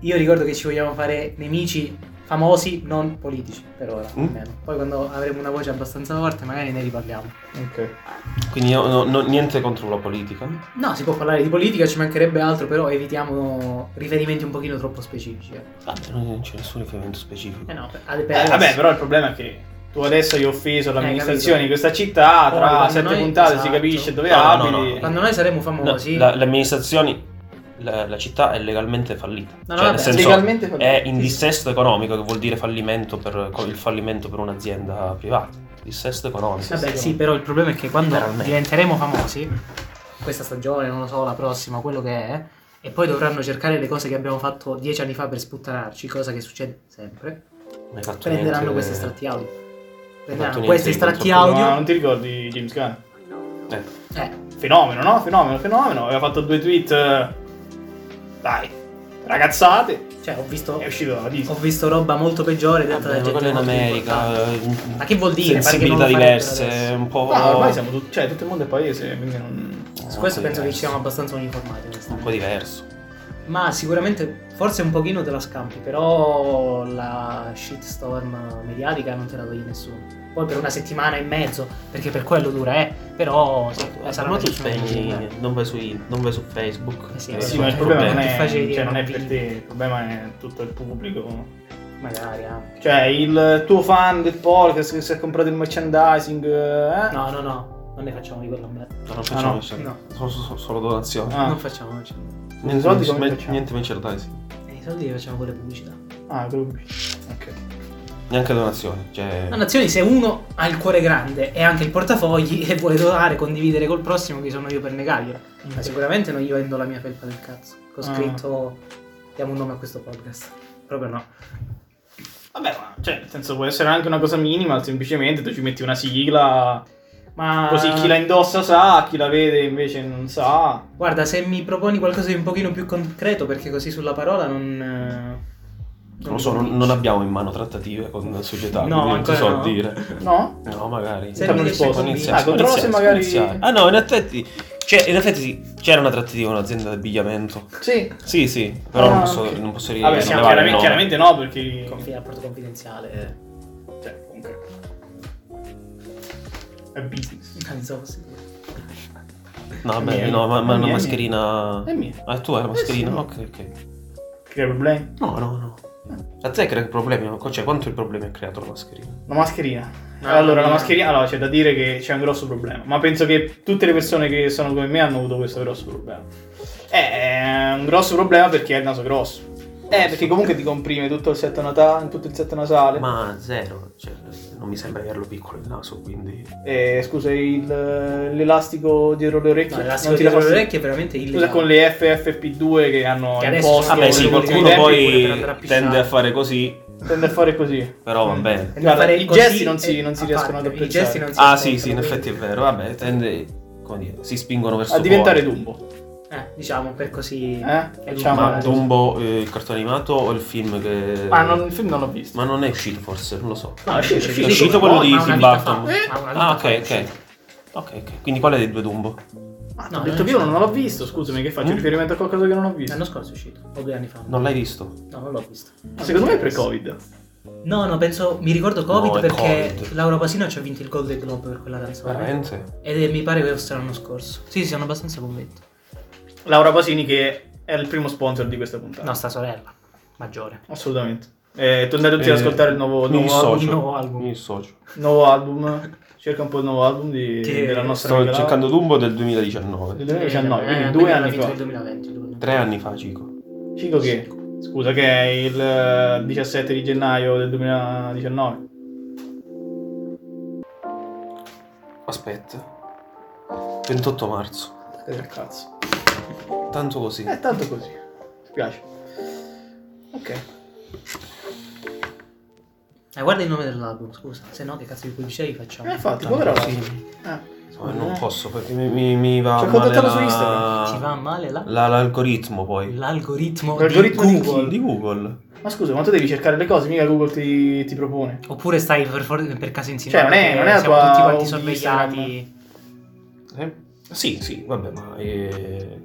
Speaker 1: Io ricordo che ci vogliamo fare nemici famosi, non politici, per ora,
Speaker 3: Mm.
Speaker 1: almeno. Poi quando avremo una voce abbastanza forte magari ne riparliamo.
Speaker 2: Ok.
Speaker 3: Quindi no- no- no- niente contro la politica.
Speaker 1: No, si può parlare di politica, ci mancherebbe altro, però evitiamo riferimenti un pochino troppo specifici. Eh,
Speaker 3: Ah, non c'è nessun riferimento specifico.
Speaker 1: Eh no, per- ad- per-
Speaker 2: Eh, vabbè, però il problema è che tu adesso hai offeso l'amministrazione di questa città,
Speaker 1: Poi,
Speaker 2: tra
Speaker 1: quando
Speaker 2: sette
Speaker 1: noi-
Speaker 2: puntate si
Speaker 1: esatto.
Speaker 2: capisce dove
Speaker 3: No, no,
Speaker 2: abiti.
Speaker 3: no, no.
Speaker 1: Quando noi saremo
Speaker 3: No,
Speaker 1: famosi...
Speaker 3: la- le amministrazioni, la, la città è legalmente fallita.
Speaker 1: No, no,
Speaker 3: cioè,
Speaker 1: vabbè,
Speaker 3: nel senso,
Speaker 2: legalmente fallita.
Speaker 3: è in dissesto economico, che vuol dire fallimento per, co- il fallimento per un'azienda privata. Dissesto economico.
Speaker 1: Vabbè, sì, però il problema è che quando
Speaker 3: Veramente.
Speaker 1: diventeremo famosi, questa stagione, non lo so, la prossima, quello che è, e poi dovranno cercare le cose che abbiamo fatto dieci anni fa per sputtanarci, cosa che succede sempre,
Speaker 3: Non hai fatto
Speaker 1: prenderanno
Speaker 3: niente-
Speaker 1: questi estratti audio. Prenderanno
Speaker 3: eh, niente
Speaker 1: questi
Speaker 3: di
Speaker 1: estratti
Speaker 3: contro-
Speaker 2: Ma
Speaker 1: audio.
Speaker 2: non ti ricordi James Gunn?
Speaker 3: Eh,
Speaker 1: Eh,
Speaker 2: Fenomeno, no? Fenomeno, fenomeno. Aveva fatto due tweet. eh, Dai, ragazzate.
Speaker 1: cioè, ho visto,
Speaker 2: È uscito dalla Disney.
Speaker 1: ho visto roba molto peggiore detta da
Speaker 3: Eh, vabbè, ma
Speaker 1: gente
Speaker 3: quello in
Speaker 1: molto importante.
Speaker 3: America. eh,
Speaker 1: Ma che vuol dire? Pare che
Speaker 3: Sensibilità
Speaker 1: non lo farebbero
Speaker 3: diverse,
Speaker 1: adesso.
Speaker 3: un po'.
Speaker 2: No, ormai siamo tutti. Cioè, tutto il mondo è paese, quindi non.
Speaker 1: Su questo
Speaker 3: un po'
Speaker 1: penso che ci siamo
Speaker 3: diverso.
Speaker 1: abbastanza uniformati. onestamente.
Speaker 3: Un po' diverso.
Speaker 1: Ma sicuramente, forse un pochino te la scampi, però la shitstorm mediatica non te la toglie nessuno. Poi per una settimana e mezzo, perché per quello dura, eh. Però sì, eh, sarà
Speaker 3: ma
Speaker 1: una
Speaker 3: tu
Speaker 1: settimana e mezzo.
Speaker 3: spegni, non vai, sui- non vai su Facebook.
Speaker 1: Eh sì,
Speaker 3: Eh,
Speaker 2: Sì,
Speaker 1: sì,
Speaker 2: ma il
Speaker 1: è
Speaker 2: problema non
Speaker 1: più
Speaker 2: è,
Speaker 1: facile
Speaker 2: cioè,
Speaker 1: dire
Speaker 2: non è per
Speaker 1: bambini.
Speaker 2: te, il problema è tutto il pubblico.
Speaker 1: Magari eh. anche.
Speaker 2: Cioè, il tuo fan del podcast che si è comprato il merchandising. Eh?
Speaker 1: No, no, no, non ne facciamo di quello a me.
Speaker 3: No, non facciamo
Speaker 2: no,
Speaker 3: solo-
Speaker 1: Ah, no.
Speaker 3: Sono, sono- solo donazioni.
Speaker 2: Ah,
Speaker 1: Non facciamo, non facciamo.
Speaker 3: Niente,
Speaker 2: soldi
Speaker 3: niente-
Speaker 2: come facciamo?
Speaker 3: niente merchandising.
Speaker 1: E Eh, i soldi li facciamo con le pubblicità.
Speaker 2: ah quello qui. Ok.
Speaker 3: Neanche donazioni. Cioè...
Speaker 1: Ma nazioni, se uno ha il cuore grande e anche il portafogli e vuole donare, condividere col prossimo, chi sono io per negarglielo. Ma sicuramente non gli vendo la mia felpa del cazzo. Ho
Speaker 2: Ah.
Speaker 1: scritto. Diamo un nome a questo podcast. Proprio no.
Speaker 2: Vabbè, ma cioè, nel senso, può essere anche una cosa minima, semplicemente tu ci metti una sigla.
Speaker 1: Ma
Speaker 2: Così chi la indossa sa, chi la vede invece non sa.
Speaker 1: Guarda, se mi proponi qualcosa di un pochino più concreto, perché così sulla parola non. eh,
Speaker 3: Non lo so,
Speaker 1: mi
Speaker 3: non,
Speaker 1: convince.
Speaker 3: non abbiamo in mano trattative con società,
Speaker 1: No,
Speaker 3: quindi non ti
Speaker 1: ancora
Speaker 3: so
Speaker 1: no.
Speaker 3: dire.
Speaker 2: No?
Speaker 3: No, magari.
Speaker 1: Se non
Speaker 3: Intanto
Speaker 1: riesci a
Speaker 3: si può
Speaker 1: convincere.
Speaker 3: iniziare,
Speaker 2: Ah, controllo
Speaker 3: si può
Speaker 2: se magari-
Speaker 3: iniziare. Ah no, in effetti... Cioè, in effetti sì, c'era una trattativa con un'azienda di abbigliamento.
Speaker 2: Sì.
Speaker 3: Sì, sì, però
Speaker 2: Ah,
Speaker 3: non posso,
Speaker 2: ok.
Speaker 3: non posso ri-
Speaker 2: Vabbè,
Speaker 1: siamo
Speaker 3: rilevare il
Speaker 2: chiaramente,
Speaker 3: nome.
Speaker 2: chiaramente no, perché.
Speaker 1: Confi- rapporto confidenziale. eh. <laughs>
Speaker 2: Cioè, comunque. È business.
Speaker 1: Non so così.
Speaker 3: No,
Speaker 2: È
Speaker 3: vabbè,
Speaker 2: mia,
Speaker 3: no, ma, ma
Speaker 2: è
Speaker 3: una
Speaker 2: mia, è
Speaker 3: mascherina...
Speaker 2: È mia.
Speaker 3: Ah, tu hai la mascherina?
Speaker 2: sì.
Speaker 3: Ok, ok.
Speaker 2: Crea problemi?
Speaker 3: No, no, no. A te crea problemi, ma- cioè quanto il problema ha creato la mascherina?
Speaker 2: La mascherina.
Speaker 1: No,
Speaker 2: allora, la
Speaker 1: no.
Speaker 2: mascherina. Allora, c'è da dire che c'è un grosso problema. Ma penso che tutte le persone che sono come me hanno avuto questo grosso problema. Eh, È un grosso problema perché è il naso grosso. Eh, perché comunque ti comprime tutto il setto natale, tutto il setto nasale.
Speaker 3: Ma zero, cioè non mi sembra di averlo piccolo il naso, quindi...
Speaker 2: Eh, scusa, il, l'elastico dietro le orecchie.
Speaker 1: No, l'elastico
Speaker 2: non ti
Speaker 1: dietro
Speaker 2: la
Speaker 1: le
Speaker 2: passi-
Speaker 1: orecchie è veramente illegale.
Speaker 2: Scusa, con le FFP2 che hanno
Speaker 1: Che adesso
Speaker 2: imposto.
Speaker 1: sono
Speaker 3: Vabbè, sì,
Speaker 1: Sì,
Speaker 3: qualcuno
Speaker 1: i tempi pure per
Speaker 3: poi
Speaker 1: andare a pisciare.
Speaker 3: tende a fare così
Speaker 2: tende a fare così.
Speaker 3: Però va bene.
Speaker 2: Guarda,
Speaker 1: fare
Speaker 2: i
Speaker 1: così
Speaker 2: gesti non si-
Speaker 1: e-
Speaker 2: non si
Speaker 1: a
Speaker 2: riescono
Speaker 1: parte,
Speaker 2: ad
Speaker 1: I
Speaker 2: apprezzare.
Speaker 1: gesti non si
Speaker 3: Ah sì,
Speaker 1: ascoltano,
Speaker 3: sì, in
Speaker 1: quindi-
Speaker 3: effetti è vero, vabbè, tende, come dire, si spingono verso
Speaker 2: A diventare
Speaker 3: fuori.
Speaker 2: Dumbo.
Speaker 1: Eh, diciamo, per così...
Speaker 2: Eh? Facciamo-
Speaker 3: diciamo, Ma
Speaker 1: Ma,
Speaker 3: Dumbo, eh, il cartone animato o il film che...
Speaker 2: Ma Ah, non, il film non l'ho visto.
Speaker 3: Ma non è uscito forse, non lo so.
Speaker 1: No, è uscito, è
Speaker 3: è
Speaker 1: uscito.
Speaker 3: uscito quello di
Speaker 1: Ma una
Speaker 3: Tim
Speaker 1: vita
Speaker 3: Burton.
Speaker 1: fa, eh? Ma una vita
Speaker 3: Ah,
Speaker 1: fa
Speaker 3: ok,
Speaker 1: è
Speaker 3: ok. Ok, ok. Quindi quale dei due Dumbo?
Speaker 2: Ah,
Speaker 1: No,
Speaker 2: ho detto
Speaker 1: non Eh,
Speaker 2: che
Speaker 1: c'è.
Speaker 2: io non l'ho visto, scusami, che faccio
Speaker 3: Mm.
Speaker 2: riferimento a qualcosa che non ho visto.
Speaker 1: L'anno scorso è uscito, o due anni fa. No,
Speaker 3: Non l'hai visto?
Speaker 1: non l'ho visto.
Speaker 2: Secondo me è pre-Covid.
Speaker 1: No, no, penso... Mi ricordo Covid
Speaker 3: No, è
Speaker 1: perché
Speaker 3: Covid.
Speaker 1: Laura Pasino ci ha vinto il Golden Globe per quella canzone.
Speaker 3: Veramente?
Speaker 1: Ed è- mi pare che fosse l'anno scorso. Sì, sì, sono abbastanza convinto.
Speaker 2: Laura Pasini che è il primo sponsor di questa puntata.
Speaker 1: No, sta sorella, maggiore.
Speaker 2: Assolutamente. Eh, tornate tutti ad
Speaker 3: Eh,
Speaker 2: ascoltare il nuovo,
Speaker 3: mi
Speaker 2: nuovo album,
Speaker 3: dissocio,
Speaker 1: nuovo album.
Speaker 3: Mi dissocio.
Speaker 2: nuovo album. Cerca un po' il nuovo album di,
Speaker 1: Che
Speaker 2: della nostra
Speaker 3: Sto
Speaker 2: amica Laura.
Speaker 3: cercando Dumbo del 2019.
Speaker 2: del 2019,
Speaker 1: Eh,
Speaker 2: quindi
Speaker 1: eh,
Speaker 2: due
Speaker 1: l'ha
Speaker 2: anni
Speaker 1: vinto
Speaker 2: fa.
Speaker 1: nel 2020, lui.
Speaker 3: Tre anni fa, Cico.
Speaker 2: Cico che, scusa, che è il eh, 17 di gennaio del 2019.
Speaker 3: Aspetta. 28 marzo.
Speaker 2: State a cazzo.
Speaker 3: Tanto così.
Speaker 2: È tanto così. Ti piace. Ok.
Speaker 1: Eh, guarda il nome dell'album, scusa. Se no, che cazzo di pubblicità gli facciamo?
Speaker 2: Eh, infatti,
Speaker 1: Tanto
Speaker 2: povera
Speaker 1: così.
Speaker 2: Laura. Ah.
Speaker 3: Insomma,
Speaker 1: Eh.
Speaker 3: non posso perché mi, mi, mi va
Speaker 1: Cioè,
Speaker 2: Ci ha
Speaker 3: male
Speaker 2: contattato
Speaker 3: la-
Speaker 2: su Instagram.
Speaker 1: Ci va male la-
Speaker 3: la- l'algoritmo poi.
Speaker 1: l'algoritmo,
Speaker 2: L'algoritmo
Speaker 1: di
Speaker 2: di
Speaker 1: Google.
Speaker 2: Google.
Speaker 3: Di Google.
Speaker 2: Ma scusa, ma tu devi cercare le cose, mica Google ti, ti propone.
Speaker 1: Oppure stai per, for- per caso
Speaker 2: Cioè,
Speaker 1: insinuando
Speaker 2: non è-
Speaker 1: che
Speaker 2: non è la
Speaker 1: siamo
Speaker 2: tua
Speaker 1: tutti quanti
Speaker 2: Instagram.
Speaker 1: sorvegliati.
Speaker 3: Eh? Sì, sì, vabbè, ma eh,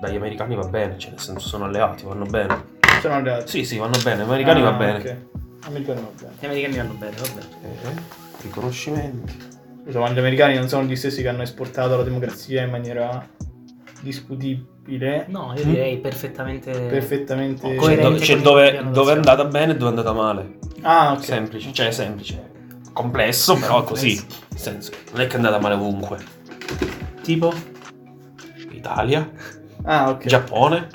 Speaker 3: dagli americani va bene, cioè nel senso sono alleati, vanno bene.
Speaker 2: Sono alleati.
Speaker 3: Sì, sì, vanno bene, americani va bene.
Speaker 2: Ah, ok. Americani va bene.
Speaker 1: Gli americani vanno bene, vabbè.
Speaker 3: Eh, riconoscimenti.
Speaker 2: Scusa, ma gli americani non sono gli stessi che hanno esportato la democrazia in maniera discutibile,
Speaker 1: No, io direi perfettamente...
Speaker 2: perfettamente...
Speaker 1: Coerente con
Speaker 3: Cioè, dove, cioè,
Speaker 1: il
Speaker 3: dove,
Speaker 1: piano
Speaker 3: dove è
Speaker 1: d'azione.
Speaker 3: andata bene e dove è andata male.
Speaker 2: Ah, ok.
Speaker 3: Semplice, cioè semplice. Complesso, però è così. Nel senso, non è che è andata male ovunque.
Speaker 1: Tipo?
Speaker 3: Italia,
Speaker 2: Ah, ok.
Speaker 3: Giappone.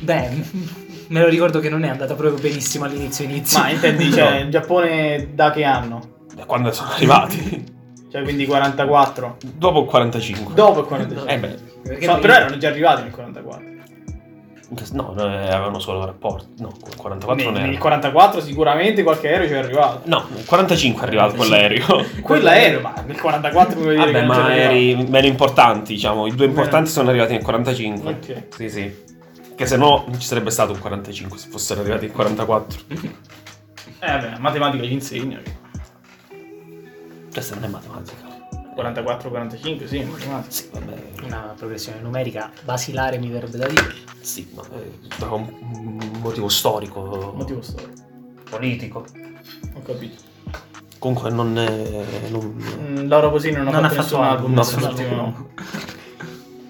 Speaker 1: Beh, <laughs> me lo ricordo che non è andata proprio benissimo all'inizio inizio. <laughs>
Speaker 2: Ma intendi, cioè, il Giappone da che anno?
Speaker 3: Da quando sono arrivati? <laughs>
Speaker 2: Cioè, quindi 44.
Speaker 3: Dopo il 45.
Speaker 2: Dopo il 45.
Speaker 3: Eh beh,
Speaker 1: Perché prima-
Speaker 2: Fa- però erano già arrivati nel 44.
Speaker 3: no, no, eh, avevano solo rapporti. No, il 44 non
Speaker 2: Nel, nel
Speaker 3: era.
Speaker 2: 44 sicuramente qualche aereo ci è arrivato.
Speaker 3: No, il 45 è arrivato quell'aereo.
Speaker 2: Quell'aereo, ma nel 44 vuol dire
Speaker 3: Vabbè,
Speaker 2: che non
Speaker 3: ma
Speaker 2: c'era
Speaker 3: eri meno importanti, diciamo. I due importanti sono arrivati nel 45.
Speaker 2: Ok. Eh,
Speaker 3: Sì, sì. Che se no non ci sarebbe stato un 45 se fossero arrivati il 44.
Speaker 2: Eh beh, matematica gli insegna.
Speaker 3: Questa non è matematica.
Speaker 2: 44-45, sì, matematica.
Speaker 3: Sì, vabbè.
Speaker 1: Una progressione numerica basilare mi verrebbe da dire.
Speaker 3: Sì, ma eh, per un, un motivo storico,
Speaker 2: Motivo storico.
Speaker 3: politico.
Speaker 2: Ho capito.
Speaker 3: Comunque non è... Non,
Speaker 2: Mm, Laura Posini non,
Speaker 1: Non
Speaker 2: ha fatto nessun album,
Speaker 3: no,
Speaker 2: nessun
Speaker 3: no.
Speaker 2: ultimo, no.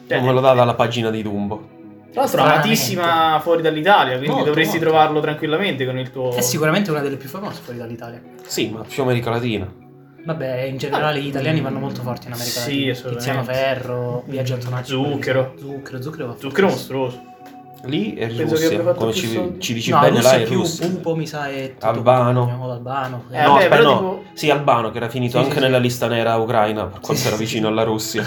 Speaker 2: Cioè,
Speaker 3: non me lo dà dalla pagina di Dumbo.
Speaker 2: Tra l'altro è amatissima fuori dall'Italia, quindi
Speaker 1: Molto,
Speaker 2: dovresti
Speaker 1: molto.
Speaker 2: trovarlo tranquillamente con il tuo...
Speaker 3: Eh,
Speaker 1: È sicuramente una delle più famose fuori dall'Italia.
Speaker 3: Sì, ma più America Latina.
Speaker 1: Vabbè, in generale gli italiani vanno molto forti in America
Speaker 2: Sì,
Speaker 1: Latina.
Speaker 2: assolutamente.
Speaker 1: Tiziano Ferro, Biagio Antonacci.
Speaker 2: Zucchero.
Speaker 1: Zucchero, zucchero va
Speaker 2: Zucchero mostruoso.
Speaker 3: Lì è
Speaker 2: Penso che abbia
Speaker 3: Russia,
Speaker 2: fatto
Speaker 3: come
Speaker 2: più
Speaker 3: ci,
Speaker 2: soldi.
Speaker 3: ci dici
Speaker 1: No,
Speaker 3: bene
Speaker 1: Russia
Speaker 3: là
Speaker 1: è
Speaker 3: è
Speaker 1: più
Speaker 3: Russia.
Speaker 1: un po' mi sa è tutto
Speaker 3: Albano.
Speaker 1: No, l'Albano.
Speaker 2: Eh,
Speaker 3: no,
Speaker 2: vabbè,
Speaker 3: aspetta,
Speaker 2: però
Speaker 3: no.
Speaker 2: tipo-
Speaker 3: Sì, Albano che era finito
Speaker 1: Sì,
Speaker 3: anche
Speaker 1: sì,
Speaker 3: nella lista nera ucraina, per quanto
Speaker 1: Sì,
Speaker 3: era
Speaker 1: sì,
Speaker 3: vicino alla Russia.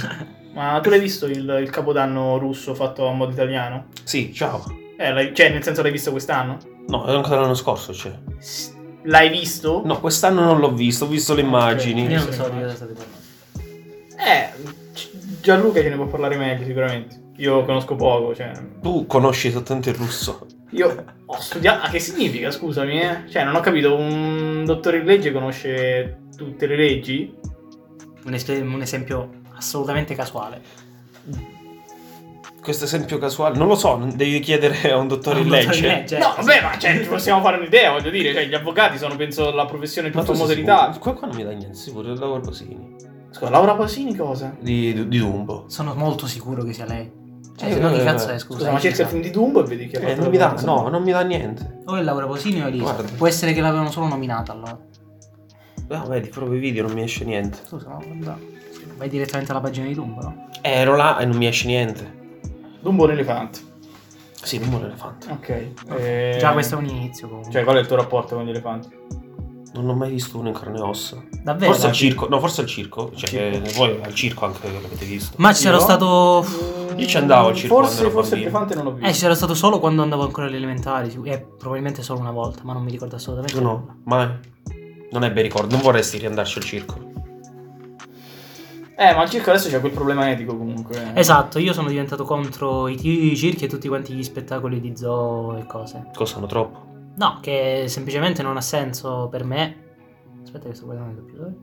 Speaker 2: Ma tu l'hai visto il, il capodanno russo fatto a modo italiano?
Speaker 3: Sì, ciao.
Speaker 2: Eh, l'hai- cioè, nel senso l'hai visto quest'anno?
Speaker 3: No, era ancora l'anno scorso, c'è.
Speaker 2: S- L'hai visto?
Speaker 3: No, quest'anno non l'ho visto, ho visto le immagini.
Speaker 1: Io non so di cosa state parlando.
Speaker 2: Eh, G- Gianluca ce ne può parlare meglio sicuramente. Io conosco poco, cioè...
Speaker 3: Tu conosci esattamente il russo.
Speaker 2: Io ho studiato... Ah, che significa, scusami, eh? Cioè, non ho capito, un dottore in legge conosce tutte le leggi?
Speaker 1: Un, es- un esempio assolutamente casuale.
Speaker 3: Questo esempio casuale, non lo so, devi chiedere a un dottore in
Speaker 1: Un dottore in
Speaker 3: legge.
Speaker 1: legge,
Speaker 2: no,
Speaker 1: eh,
Speaker 2: vabbè, ma cioè, ci possiamo fare un'idea, voglio dire. Cioè, gli avvocati sono, penso, la professione più
Speaker 3: tu sei
Speaker 2: famosa
Speaker 3: sicuro?
Speaker 2: d'Italia.
Speaker 3: Qua, qua non mi dai niente, sicuro, il lavoro Rosini.
Speaker 2: Scusa, Laura Pasini cosa?
Speaker 3: Di, di, di Dumbo.
Speaker 1: Sono molto sicuro che sia lei. Cioè,
Speaker 3: Eh,
Speaker 1: se no
Speaker 3: eh,
Speaker 1: che cazzo
Speaker 3: eh.
Speaker 1: è,
Speaker 2: Scusa,
Speaker 1: scusa?
Speaker 2: ma cerca il film di Dumbo e vedi che... ha
Speaker 3: Eh,
Speaker 2: fatto
Speaker 3: non
Speaker 2: la
Speaker 3: mi dà,
Speaker 2: cosa.
Speaker 3: no, non mi dà niente.
Speaker 1: O è Laura Posini o Elisa.
Speaker 3: Guarda.
Speaker 1: Può essere che l'avevano solo nominata allora.
Speaker 3: No, Ah, vedi, proprio i video non mi esce niente.
Speaker 1: Scusa, no, guarda. Vai direttamente alla pagina di Dumbo, no?
Speaker 3: Eh, ero là e non mi esce niente.
Speaker 2: Dumbo è un elefante.
Speaker 3: Sì, Dumbo è un elefante.
Speaker 2: Ok. eh,
Speaker 1: Già questo è un inizio comunque.
Speaker 3: cioè,
Speaker 2: Cioè, qual è il tuo rapporto con gli elefanti?
Speaker 3: Non ho mai visto uno in carne e ossa.
Speaker 1: Davvero?
Speaker 3: Forse al
Speaker 1: Dai.
Speaker 3: circo, no, forse al circo. Cioè, eh, voi al circo anche l'avete visto.
Speaker 1: Ma c'ero
Speaker 2: No.
Speaker 1: stato.
Speaker 3: Io ci andavo al circo
Speaker 2: Mm, Forse,
Speaker 3: quando ero
Speaker 2: forse il
Speaker 3: bambino.
Speaker 2: elefante non l'ho visto.
Speaker 1: Eh, c'ero stato solo quando andavo ancora alle elementari. sic- eh, probabilmente solo una volta, ma non mi ricordo assolutamente.
Speaker 3: No, no, ma non è ben ricordo. Non vorresti riandarci al circo.
Speaker 2: Eh, ma al circo adesso c'è quel problema etico comunque.
Speaker 1: Esatto, io sono diventato contro i tir- i circhi e tutti quanti gli spettacoli di zoo e cose.
Speaker 3: Costano troppo.
Speaker 1: No, che semplicemente non ha senso per me. Aspetta, che sto guardando il computer.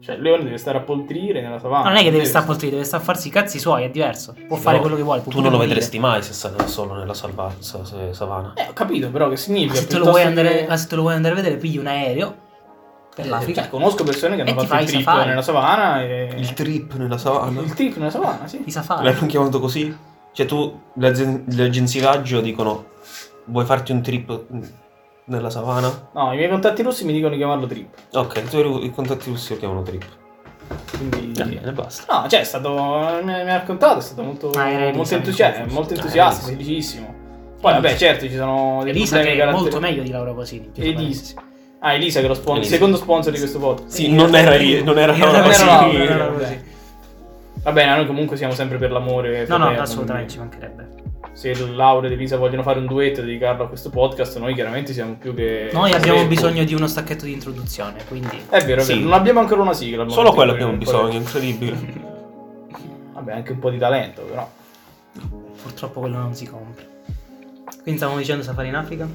Speaker 2: Cioè, il leone deve stare a poltrire nella savana. Eh,
Speaker 1: Ma non è che deve stare a poltrire, deve stare a farsi i cazzi suoi, è diverso. Può fare
Speaker 3: Ah, Però
Speaker 1: quello che vuole. può
Speaker 3: Tu
Speaker 1: pure
Speaker 3: non lo
Speaker 1: morire.
Speaker 3: vedresti mai se stai da solo nella salva- sa- sa- savana.
Speaker 2: Eh, ho capito, però che
Speaker 1: Ma
Speaker 2: significa.
Speaker 1: se, te lo
Speaker 2: Piuttosto
Speaker 1: vuoi
Speaker 2: che-
Speaker 1: andare, ma se te lo vuoi andare a vedere, pigli un aereo per
Speaker 2: Eh,
Speaker 1: l'Africa.
Speaker 2: cioè, conosco persone che
Speaker 1: E
Speaker 2: hanno
Speaker 1: ti
Speaker 2: fatto
Speaker 1: fai
Speaker 2: il
Speaker 1: i
Speaker 2: trip
Speaker 1: safari.
Speaker 2: nella savana e...
Speaker 3: Il trip nella
Speaker 2: Il
Speaker 3: savana.
Speaker 2: trip nella savana, sì.
Speaker 1: I safari.
Speaker 3: L'hanno chiamato così? Cioè tu, le, agen- le agenzie viaggio dicono vuoi farti un trip nella savana?
Speaker 2: No, i miei contatti russi mi dicono di chiamarlo trip.
Speaker 3: Ok, tu i contatti russi lo chiamano trip.
Speaker 2: Quindi...
Speaker 3: Va
Speaker 1: Eh,
Speaker 3: bene, basta.
Speaker 2: No, cioè, è stato. Mi mi ha raccontato, è stato molto,
Speaker 1: Ah, era
Speaker 2: molto,
Speaker 1: Elisa,
Speaker 2: entusia-
Speaker 1: mi confondo.
Speaker 2: molto
Speaker 3: Ah,
Speaker 2: entusiasta,
Speaker 3: Elisa.
Speaker 2: felicissimo. Poi, vabbè, certo, ci sono dei
Speaker 1: Elisa che
Speaker 2: problemi
Speaker 1: è
Speaker 2: caratter-
Speaker 1: molto meglio di Laura Posini.
Speaker 2: Elisa. Ah, Elisa che è lo spon- il
Speaker 3: Elisa.
Speaker 2: secondo sponsor di questo podcast.
Speaker 3: Sì, non era lì, non era
Speaker 1: Io
Speaker 3: Laura
Speaker 1: non ero
Speaker 3: Pausini.
Speaker 1: Laura, non ero
Speaker 2: Vabbè.
Speaker 1: Pausini.
Speaker 2: Va bene, noi comunque siamo sempre per l'amore.
Speaker 1: No, no,
Speaker 2: fraterno,
Speaker 1: assolutamente ci mancherebbe.
Speaker 2: quindi Se Laura ed Elisa vogliono fare un duetto e dedicarlo a questo podcast, noi chiaramente siamo più che.
Speaker 1: Noi abbiamo
Speaker 2: Eh,
Speaker 1: bisogno di uno stacchetto di introduzione, quindi
Speaker 2: È vero, è vero.
Speaker 3: Sì.
Speaker 2: Non abbiamo ancora una sigla. al
Speaker 3: Solo
Speaker 2: momento,
Speaker 3: quello
Speaker 2: quindi
Speaker 3: abbiamo
Speaker 2: un po'
Speaker 3: bisogno, incredibile.
Speaker 2: di- Vabbè, anche un po' di talento, però.
Speaker 1: purtroppo quello non si compra. Quindi stavamo dicendo safari in Africa?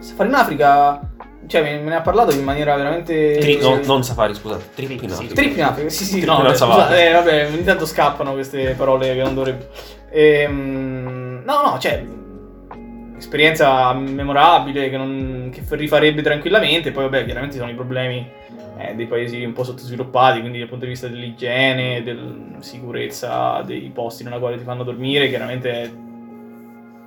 Speaker 2: Safari in Africa. Cioè, me me ne ha parlato in maniera veramente.
Speaker 3: Tri- no, non safari, scusate, trip
Speaker 1: Sì,
Speaker 3: in
Speaker 1: sì.
Speaker 3: Africa.
Speaker 2: Trip in Africa, sì sì,
Speaker 3: Trip
Speaker 2: no,
Speaker 3: in
Speaker 2: vabbè,
Speaker 3: Alza Valle.
Speaker 2: scusate, eh, vabbè, ogni tanto scappano queste parole che non dovrebbero. Ehm, no, no, cioè, esperienza memorabile che, non- che f- rifarebbe tranquillamente, poi vabbè, chiaramente ci sono i problemi eh, dei paesi un po' sottosviluppati, quindi dal punto di vista dell'igiene, della sicurezza, dei posti nella quale ti fanno dormire, chiaramente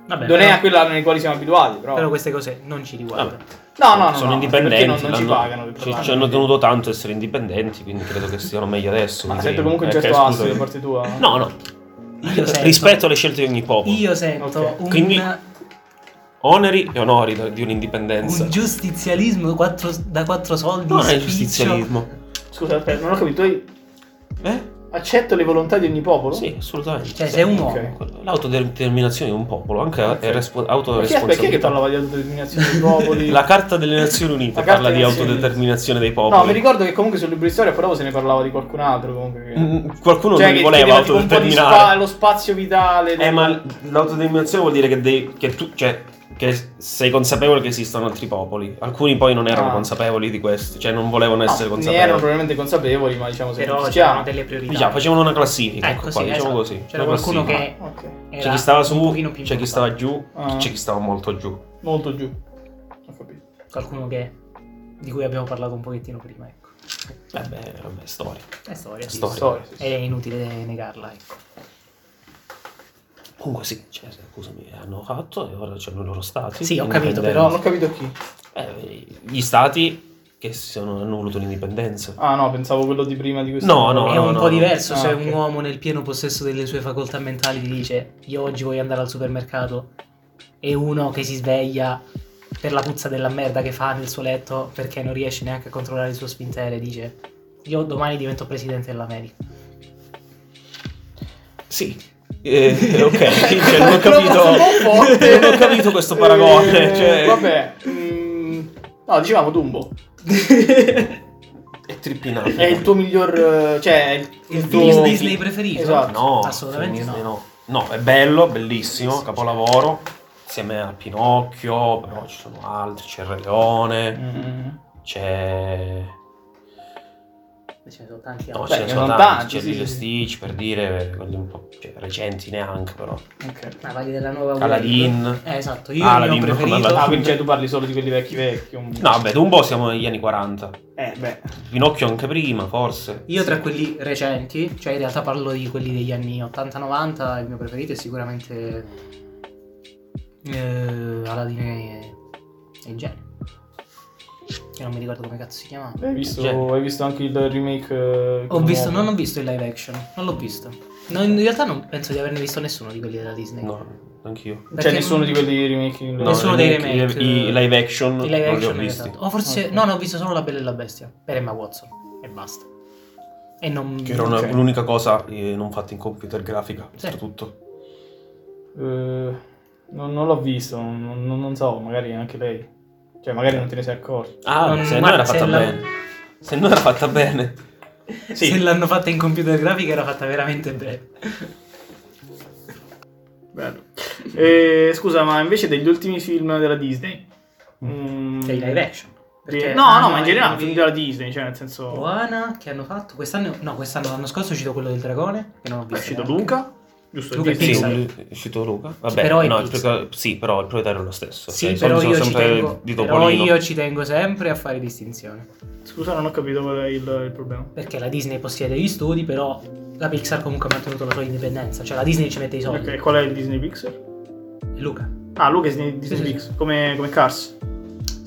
Speaker 1: Vabbè,
Speaker 2: non è
Speaker 1: però,
Speaker 2: a quella nei quali siamo abituati, però...
Speaker 1: però queste cose non ci riguardano.
Speaker 3: Vabbè.
Speaker 2: no, no, no,
Speaker 3: sono
Speaker 2: no,
Speaker 3: indipendenti,
Speaker 2: perché non, non ci
Speaker 3: l'hanno-
Speaker 2: pagano per
Speaker 3: ci,
Speaker 2: parlarne.
Speaker 3: ci hanno tenuto tanto a essere indipendenti, quindi credo che stiano meglio adesso.
Speaker 2: Ma
Speaker 3: di
Speaker 2: sento
Speaker 3: prima.
Speaker 2: comunque un
Speaker 3: Eh,
Speaker 2: certo
Speaker 3: che,
Speaker 2: astio
Speaker 3: scusa.
Speaker 2: da parte tua.
Speaker 3: No, no.
Speaker 1: Io sento-
Speaker 3: Rispetto alle scelte di ogni popolo.
Speaker 1: Io sento
Speaker 2: Ok.
Speaker 1: un,
Speaker 3: Quindi- Oneri e onori da- di un'indipendenza.
Speaker 1: un giustizialismo quattro- da quattro soldi.
Speaker 3: non è
Speaker 1: spiccio.
Speaker 3: giustizialismo.
Speaker 2: Scusa, aspetta, non ho capito, tu hai-
Speaker 3: Eh?
Speaker 2: Accetto le volontà di ogni popolo?
Speaker 3: Sì, assolutamente.
Speaker 1: Cioè,
Speaker 3: Sì.
Speaker 1: sei un uomo.
Speaker 2: ok.
Speaker 3: L'autodeterminazione di un popolo, anche
Speaker 2: Ok.
Speaker 3: è respo-
Speaker 2: Perché, perché che
Speaker 3: autoresponsabilità.
Speaker 2: parlava di autodeterminazione dei popoli?
Speaker 3: <laughs> La Carta delle Nazioni Unite
Speaker 2: La Carta
Speaker 3: parla di
Speaker 2: delle Nazioni Unite.
Speaker 3: autodeterminazione dei
Speaker 2: No, mi
Speaker 3: popoli.
Speaker 2: ricordo che comunque sul libro di storia però se ne parlava di qualcun altro comunque. che-
Speaker 3: Mm, Qualcuno
Speaker 2: cioè,
Speaker 3: non li
Speaker 2: che
Speaker 3: voleva
Speaker 2: chiedeva tipo un po' di spa-
Speaker 3: autodeterminare.
Speaker 2: lo spazio vitale.
Speaker 3: Eh, ma l'autodeterminazione vuol dire che, devi- che tu, cioè, che sei consapevole che esistono altri popoli. Alcuni poi non erano
Speaker 2: Ah.
Speaker 3: consapevoli di questo, cioè non volevano
Speaker 2: No,
Speaker 3: essere
Speaker 2: ne
Speaker 3: consapevoli.
Speaker 2: erano probabilmente consapevoli, ma diciamo se
Speaker 1: Però c'erano
Speaker 2: diciamo.
Speaker 1: delle priorità.
Speaker 3: Diciamo, facevano una classifica,
Speaker 1: Ecco,
Speaker 3: ecco
Speaker 1: sì,
Speaker 3: qua, diciamo
Speaker 1: esatto.
Speaker 3: così.
Speaker 1: C'era
Speaker 3: una
Speaker 1: qualcuno
Speaker 3: classifica.
Speaker 1: che
Speaker 2: Ok,
Speaker 1: era
Speaker 3: C'è chi stava
Speaker 1: un
Speaker 3: su,
Speaker 1: pochino più
Speaker 3: c'è chi stava
Speaker 1: importante.
Speaker 3: giù,
Speaker 2: Ah.
Speaker 3: c'è chi stava molto giù.
Speaker 2: molto giù. Ho capito.
Speaker 1: Qualcuno che, di cui abbiamo parlato un pochettino prima, ecco.
Speaker 3: Vabbè, Eh vabbè, storia.
Speaker 1: È storia, sì.
Speaker 3: Storia.
Speaker 2: Storia, sì, sì.
Speaker 1: È inutile negarla, ecco.
Speaker 3: Comunque sì, cioè, scusami, hanno fatto e ora c'hanno i loro stati.
Speaker 1: Sì, ho capito,
Speaker 2: No,
Speaker 1: però-
Speaker 2: non ho capito chi.
Speaker 3: Eh, gli stati che si sono, hanno voluto l'indipendenza.
Speaker 2: Ah no, pensavo quello di prima di questo.
Speaker 3: No, no,
Speaker 1: è
Speaker 2: <laughs>
Speaker 3: no.
Speaker 1: un po' diverso
Speaker 2: Ah,
Speaker 1: se
Speaker 2: ok.
Speaker 1: un uomo nel pieno possesso delle sue facoltà mentali ti dice io oggi voglio andare al supermercato e uno che si sveglia per la puzza della merda che fa nel suo letto perché non riesce neanche a controllare il suo spintere dice io domani divento presidente
Speaker 2: <laughs>
Speaker 1: dell'America.
Speaker 3: Sì. Eh, ok, <laughs> cioè, non ho
Speaker 2: <laughs> Troppo forte.
Speaker 3: capito, <laughs> non ho capito questo paragone.
Speaker 2: Eh,
Speaker 3: cioè...
Speaker 2: Vabbè. mm, no, dicevamo Dumbo.
Speaker 3: È trippinato.
Speaker 2: È il tuo miglior. eh, Cioè, il,
Speaker 1: Il,
Speaker 2: il tuo
Speaker 1: Disney Disney preferito?
Speaker 2: Esatto.
Speaker 3: No,
Speaker 1: assolutamente
Speaker 3: Disney
Speaker 1: no.
Speaker 3: no. No, è bello, bellissimo, capolavoro. Insieme a Pinocchio, però ci sono altri, c'è il Re Leone,
Speaker 2: Mm.
Speaker 3: c'è...
Speaker 1: Ce ne sono tanti
Speaker 3: No,
Speaker 1: altri.
Speaker 2: Beh,
Speaker 3: ce ne
Speaker 2: ne
Speaker 3: sono
Speaker 2: sono
Speaker 3: tanti,
Speaker 2: tanti,
Speaker 3: c'è
Speaker 2: sì,
Speaker 3: Lilo e
Speaker 2: sì.
Speaker 3: Stitch, per dire, quelli un po' cioè, recenti neanche, però.
Speaker 2: Ok.
Speaker 1: Ma parli Ah, della nuova Walt.
Speaker 3: Aladdin.
Speaker 1: Eh, esatto, io il
Speaker 3: Aladdin,
Speaker 1: mio
Speaker 3: no,
Speaker 1: preferito.
Speaker 2: Ah,
Speaker 3: Aladdin.
Speaker 2: quindi cioè, tu parli solo di quelli vecchi vecchi. un-
Speaker 3: No, vabbè, Dumbo siamo negli anni 40.
Speaker 2: Eh, beh.
Speaker 3: Pinocchio anche prima, forse.
Speaker 1: Io tra quelli recenti, cioè in realtà parlo di quelli degli anni 80-90, il mio preferito è sicuramente eh, Aladdin e, e il genio. che non mi ricordo come cazzo si chiama.
Speaker 2: Hai visto,
Speaker 3: Genio.
Speaker 2: hai visto anche il remake? eh,
Speaker 1: Ho
Speaker 2: con
Speaker 1: visto,
Speaker 2: nuovo?
Speaker 1: non ho visto il live action, non l'ho visto. No, in realtà non penso di averne visto nessuno di quelli della Disney.
Speaker 3: No, anch'io.
Speaker 1: Perché-
Speaker 2: Cioè, nessuno di quelli remake. in-
Speaker 3: No,
Speaker 1: Nessuno
Speaker 3: i
Speaker 1: dei
Speaker 3: remake,
Speaker 1: remake, eh,
Speaker 3: I, i live action
Speaker 1: I live
Speaker 3: non li ho
Speaker 1: action,
Speaker 3: visti.
Speaker 1: esatto. O forse,
Speaker 2: Ok.
Speaker 1: no, no, ho visto solo La Bella e la Bestia per Emma Watson e basta. E non.
Speaker 3: Che era una-
Speaker 2: Ok.
Speaker 3: l'unica cosa eh, non fatta in computer grafica,
Speaker 1: Sì.
Speaker 3: soprattutto.
Speaker 2: Eh, non, non l'ho visto, non, non- non so, magari anche lei. Cioè, magari non te ne sei accorto.
Speaker 3: Ah,
Speaker 1: Non-
Speaker 3: se no
Speaker 1: guarda,
Speaker 3: era
Speaker 1: se
Speaker 3: fatta
Speaker 1: la-
Speaker 3: bene. Se no era fatta bene. Sì.
Speaker 1: Se l'hanno fatta in computer grafica era fatta veramente bene.
Speaker 2: Bello. Eh, scusa, ma invece degli ultimi film della Disney? Mm,
Speaker 1: Cioè, i live action.
Speaker 2: di-
Speaker 1: Perché
Speaker 2: No, no,
Speaker 1: hanno
Speaker 2: ma in generale,
Speaker 1: i-
Speaker 2: film della Disney, cioè, nel senso.
Speaker 1: Moana che hanno fatto quest'anno, no, quest'anno, l'anno scorso è uscito quello del dragone, che non ho
Speaker 2: È
Speaker 1: visto.
Speaker 2: uscito
Speaker 1: neanche.
Speaker 2: Luca, giusto?
Speaker 1: Luca e
Speaker 2: Disney.
Speaker 3: Sì,
Speaker 1: Pixar.
Speaker 3: è uscito Luca. Vabbè,
Speaker 1: Però è
Speaker 3: no,
Speaker 1: Pixar.
Speaker 3: il pro- sì, però il proprietario è lo stesso.
Speaker 1: Sì,
Speaker 3: Cioè,
Speaker 1: però,
Speaker 3: sono-
Speaker 1: io
Speaker 3: sono
Speaker 1: ci
Speaker 3: sempre
Speaker 1: tengo,
Speaker 3: di
Speaker 1: però
Speaker 3: Topolino.
Speaker 1: io ci tengo sempre a fare distinzione.
Speaker 2: Scusa, non ho capito qual è il, il problema.
Speaker 1: Perché la Disney possiede gli studi, però la Pixar comunque ha mantenuto la sua indipendenza. Cioè la Disney ci mette i soldi.
Speaker 2: Ok, qual è il Disney Pixar?
Speaker 1: Luca.
Speaker 2: Ah, Luca è Disney, Disney
Speaker 1: Sì, sì,
Speaker 2: Pixar, Come, come Cars.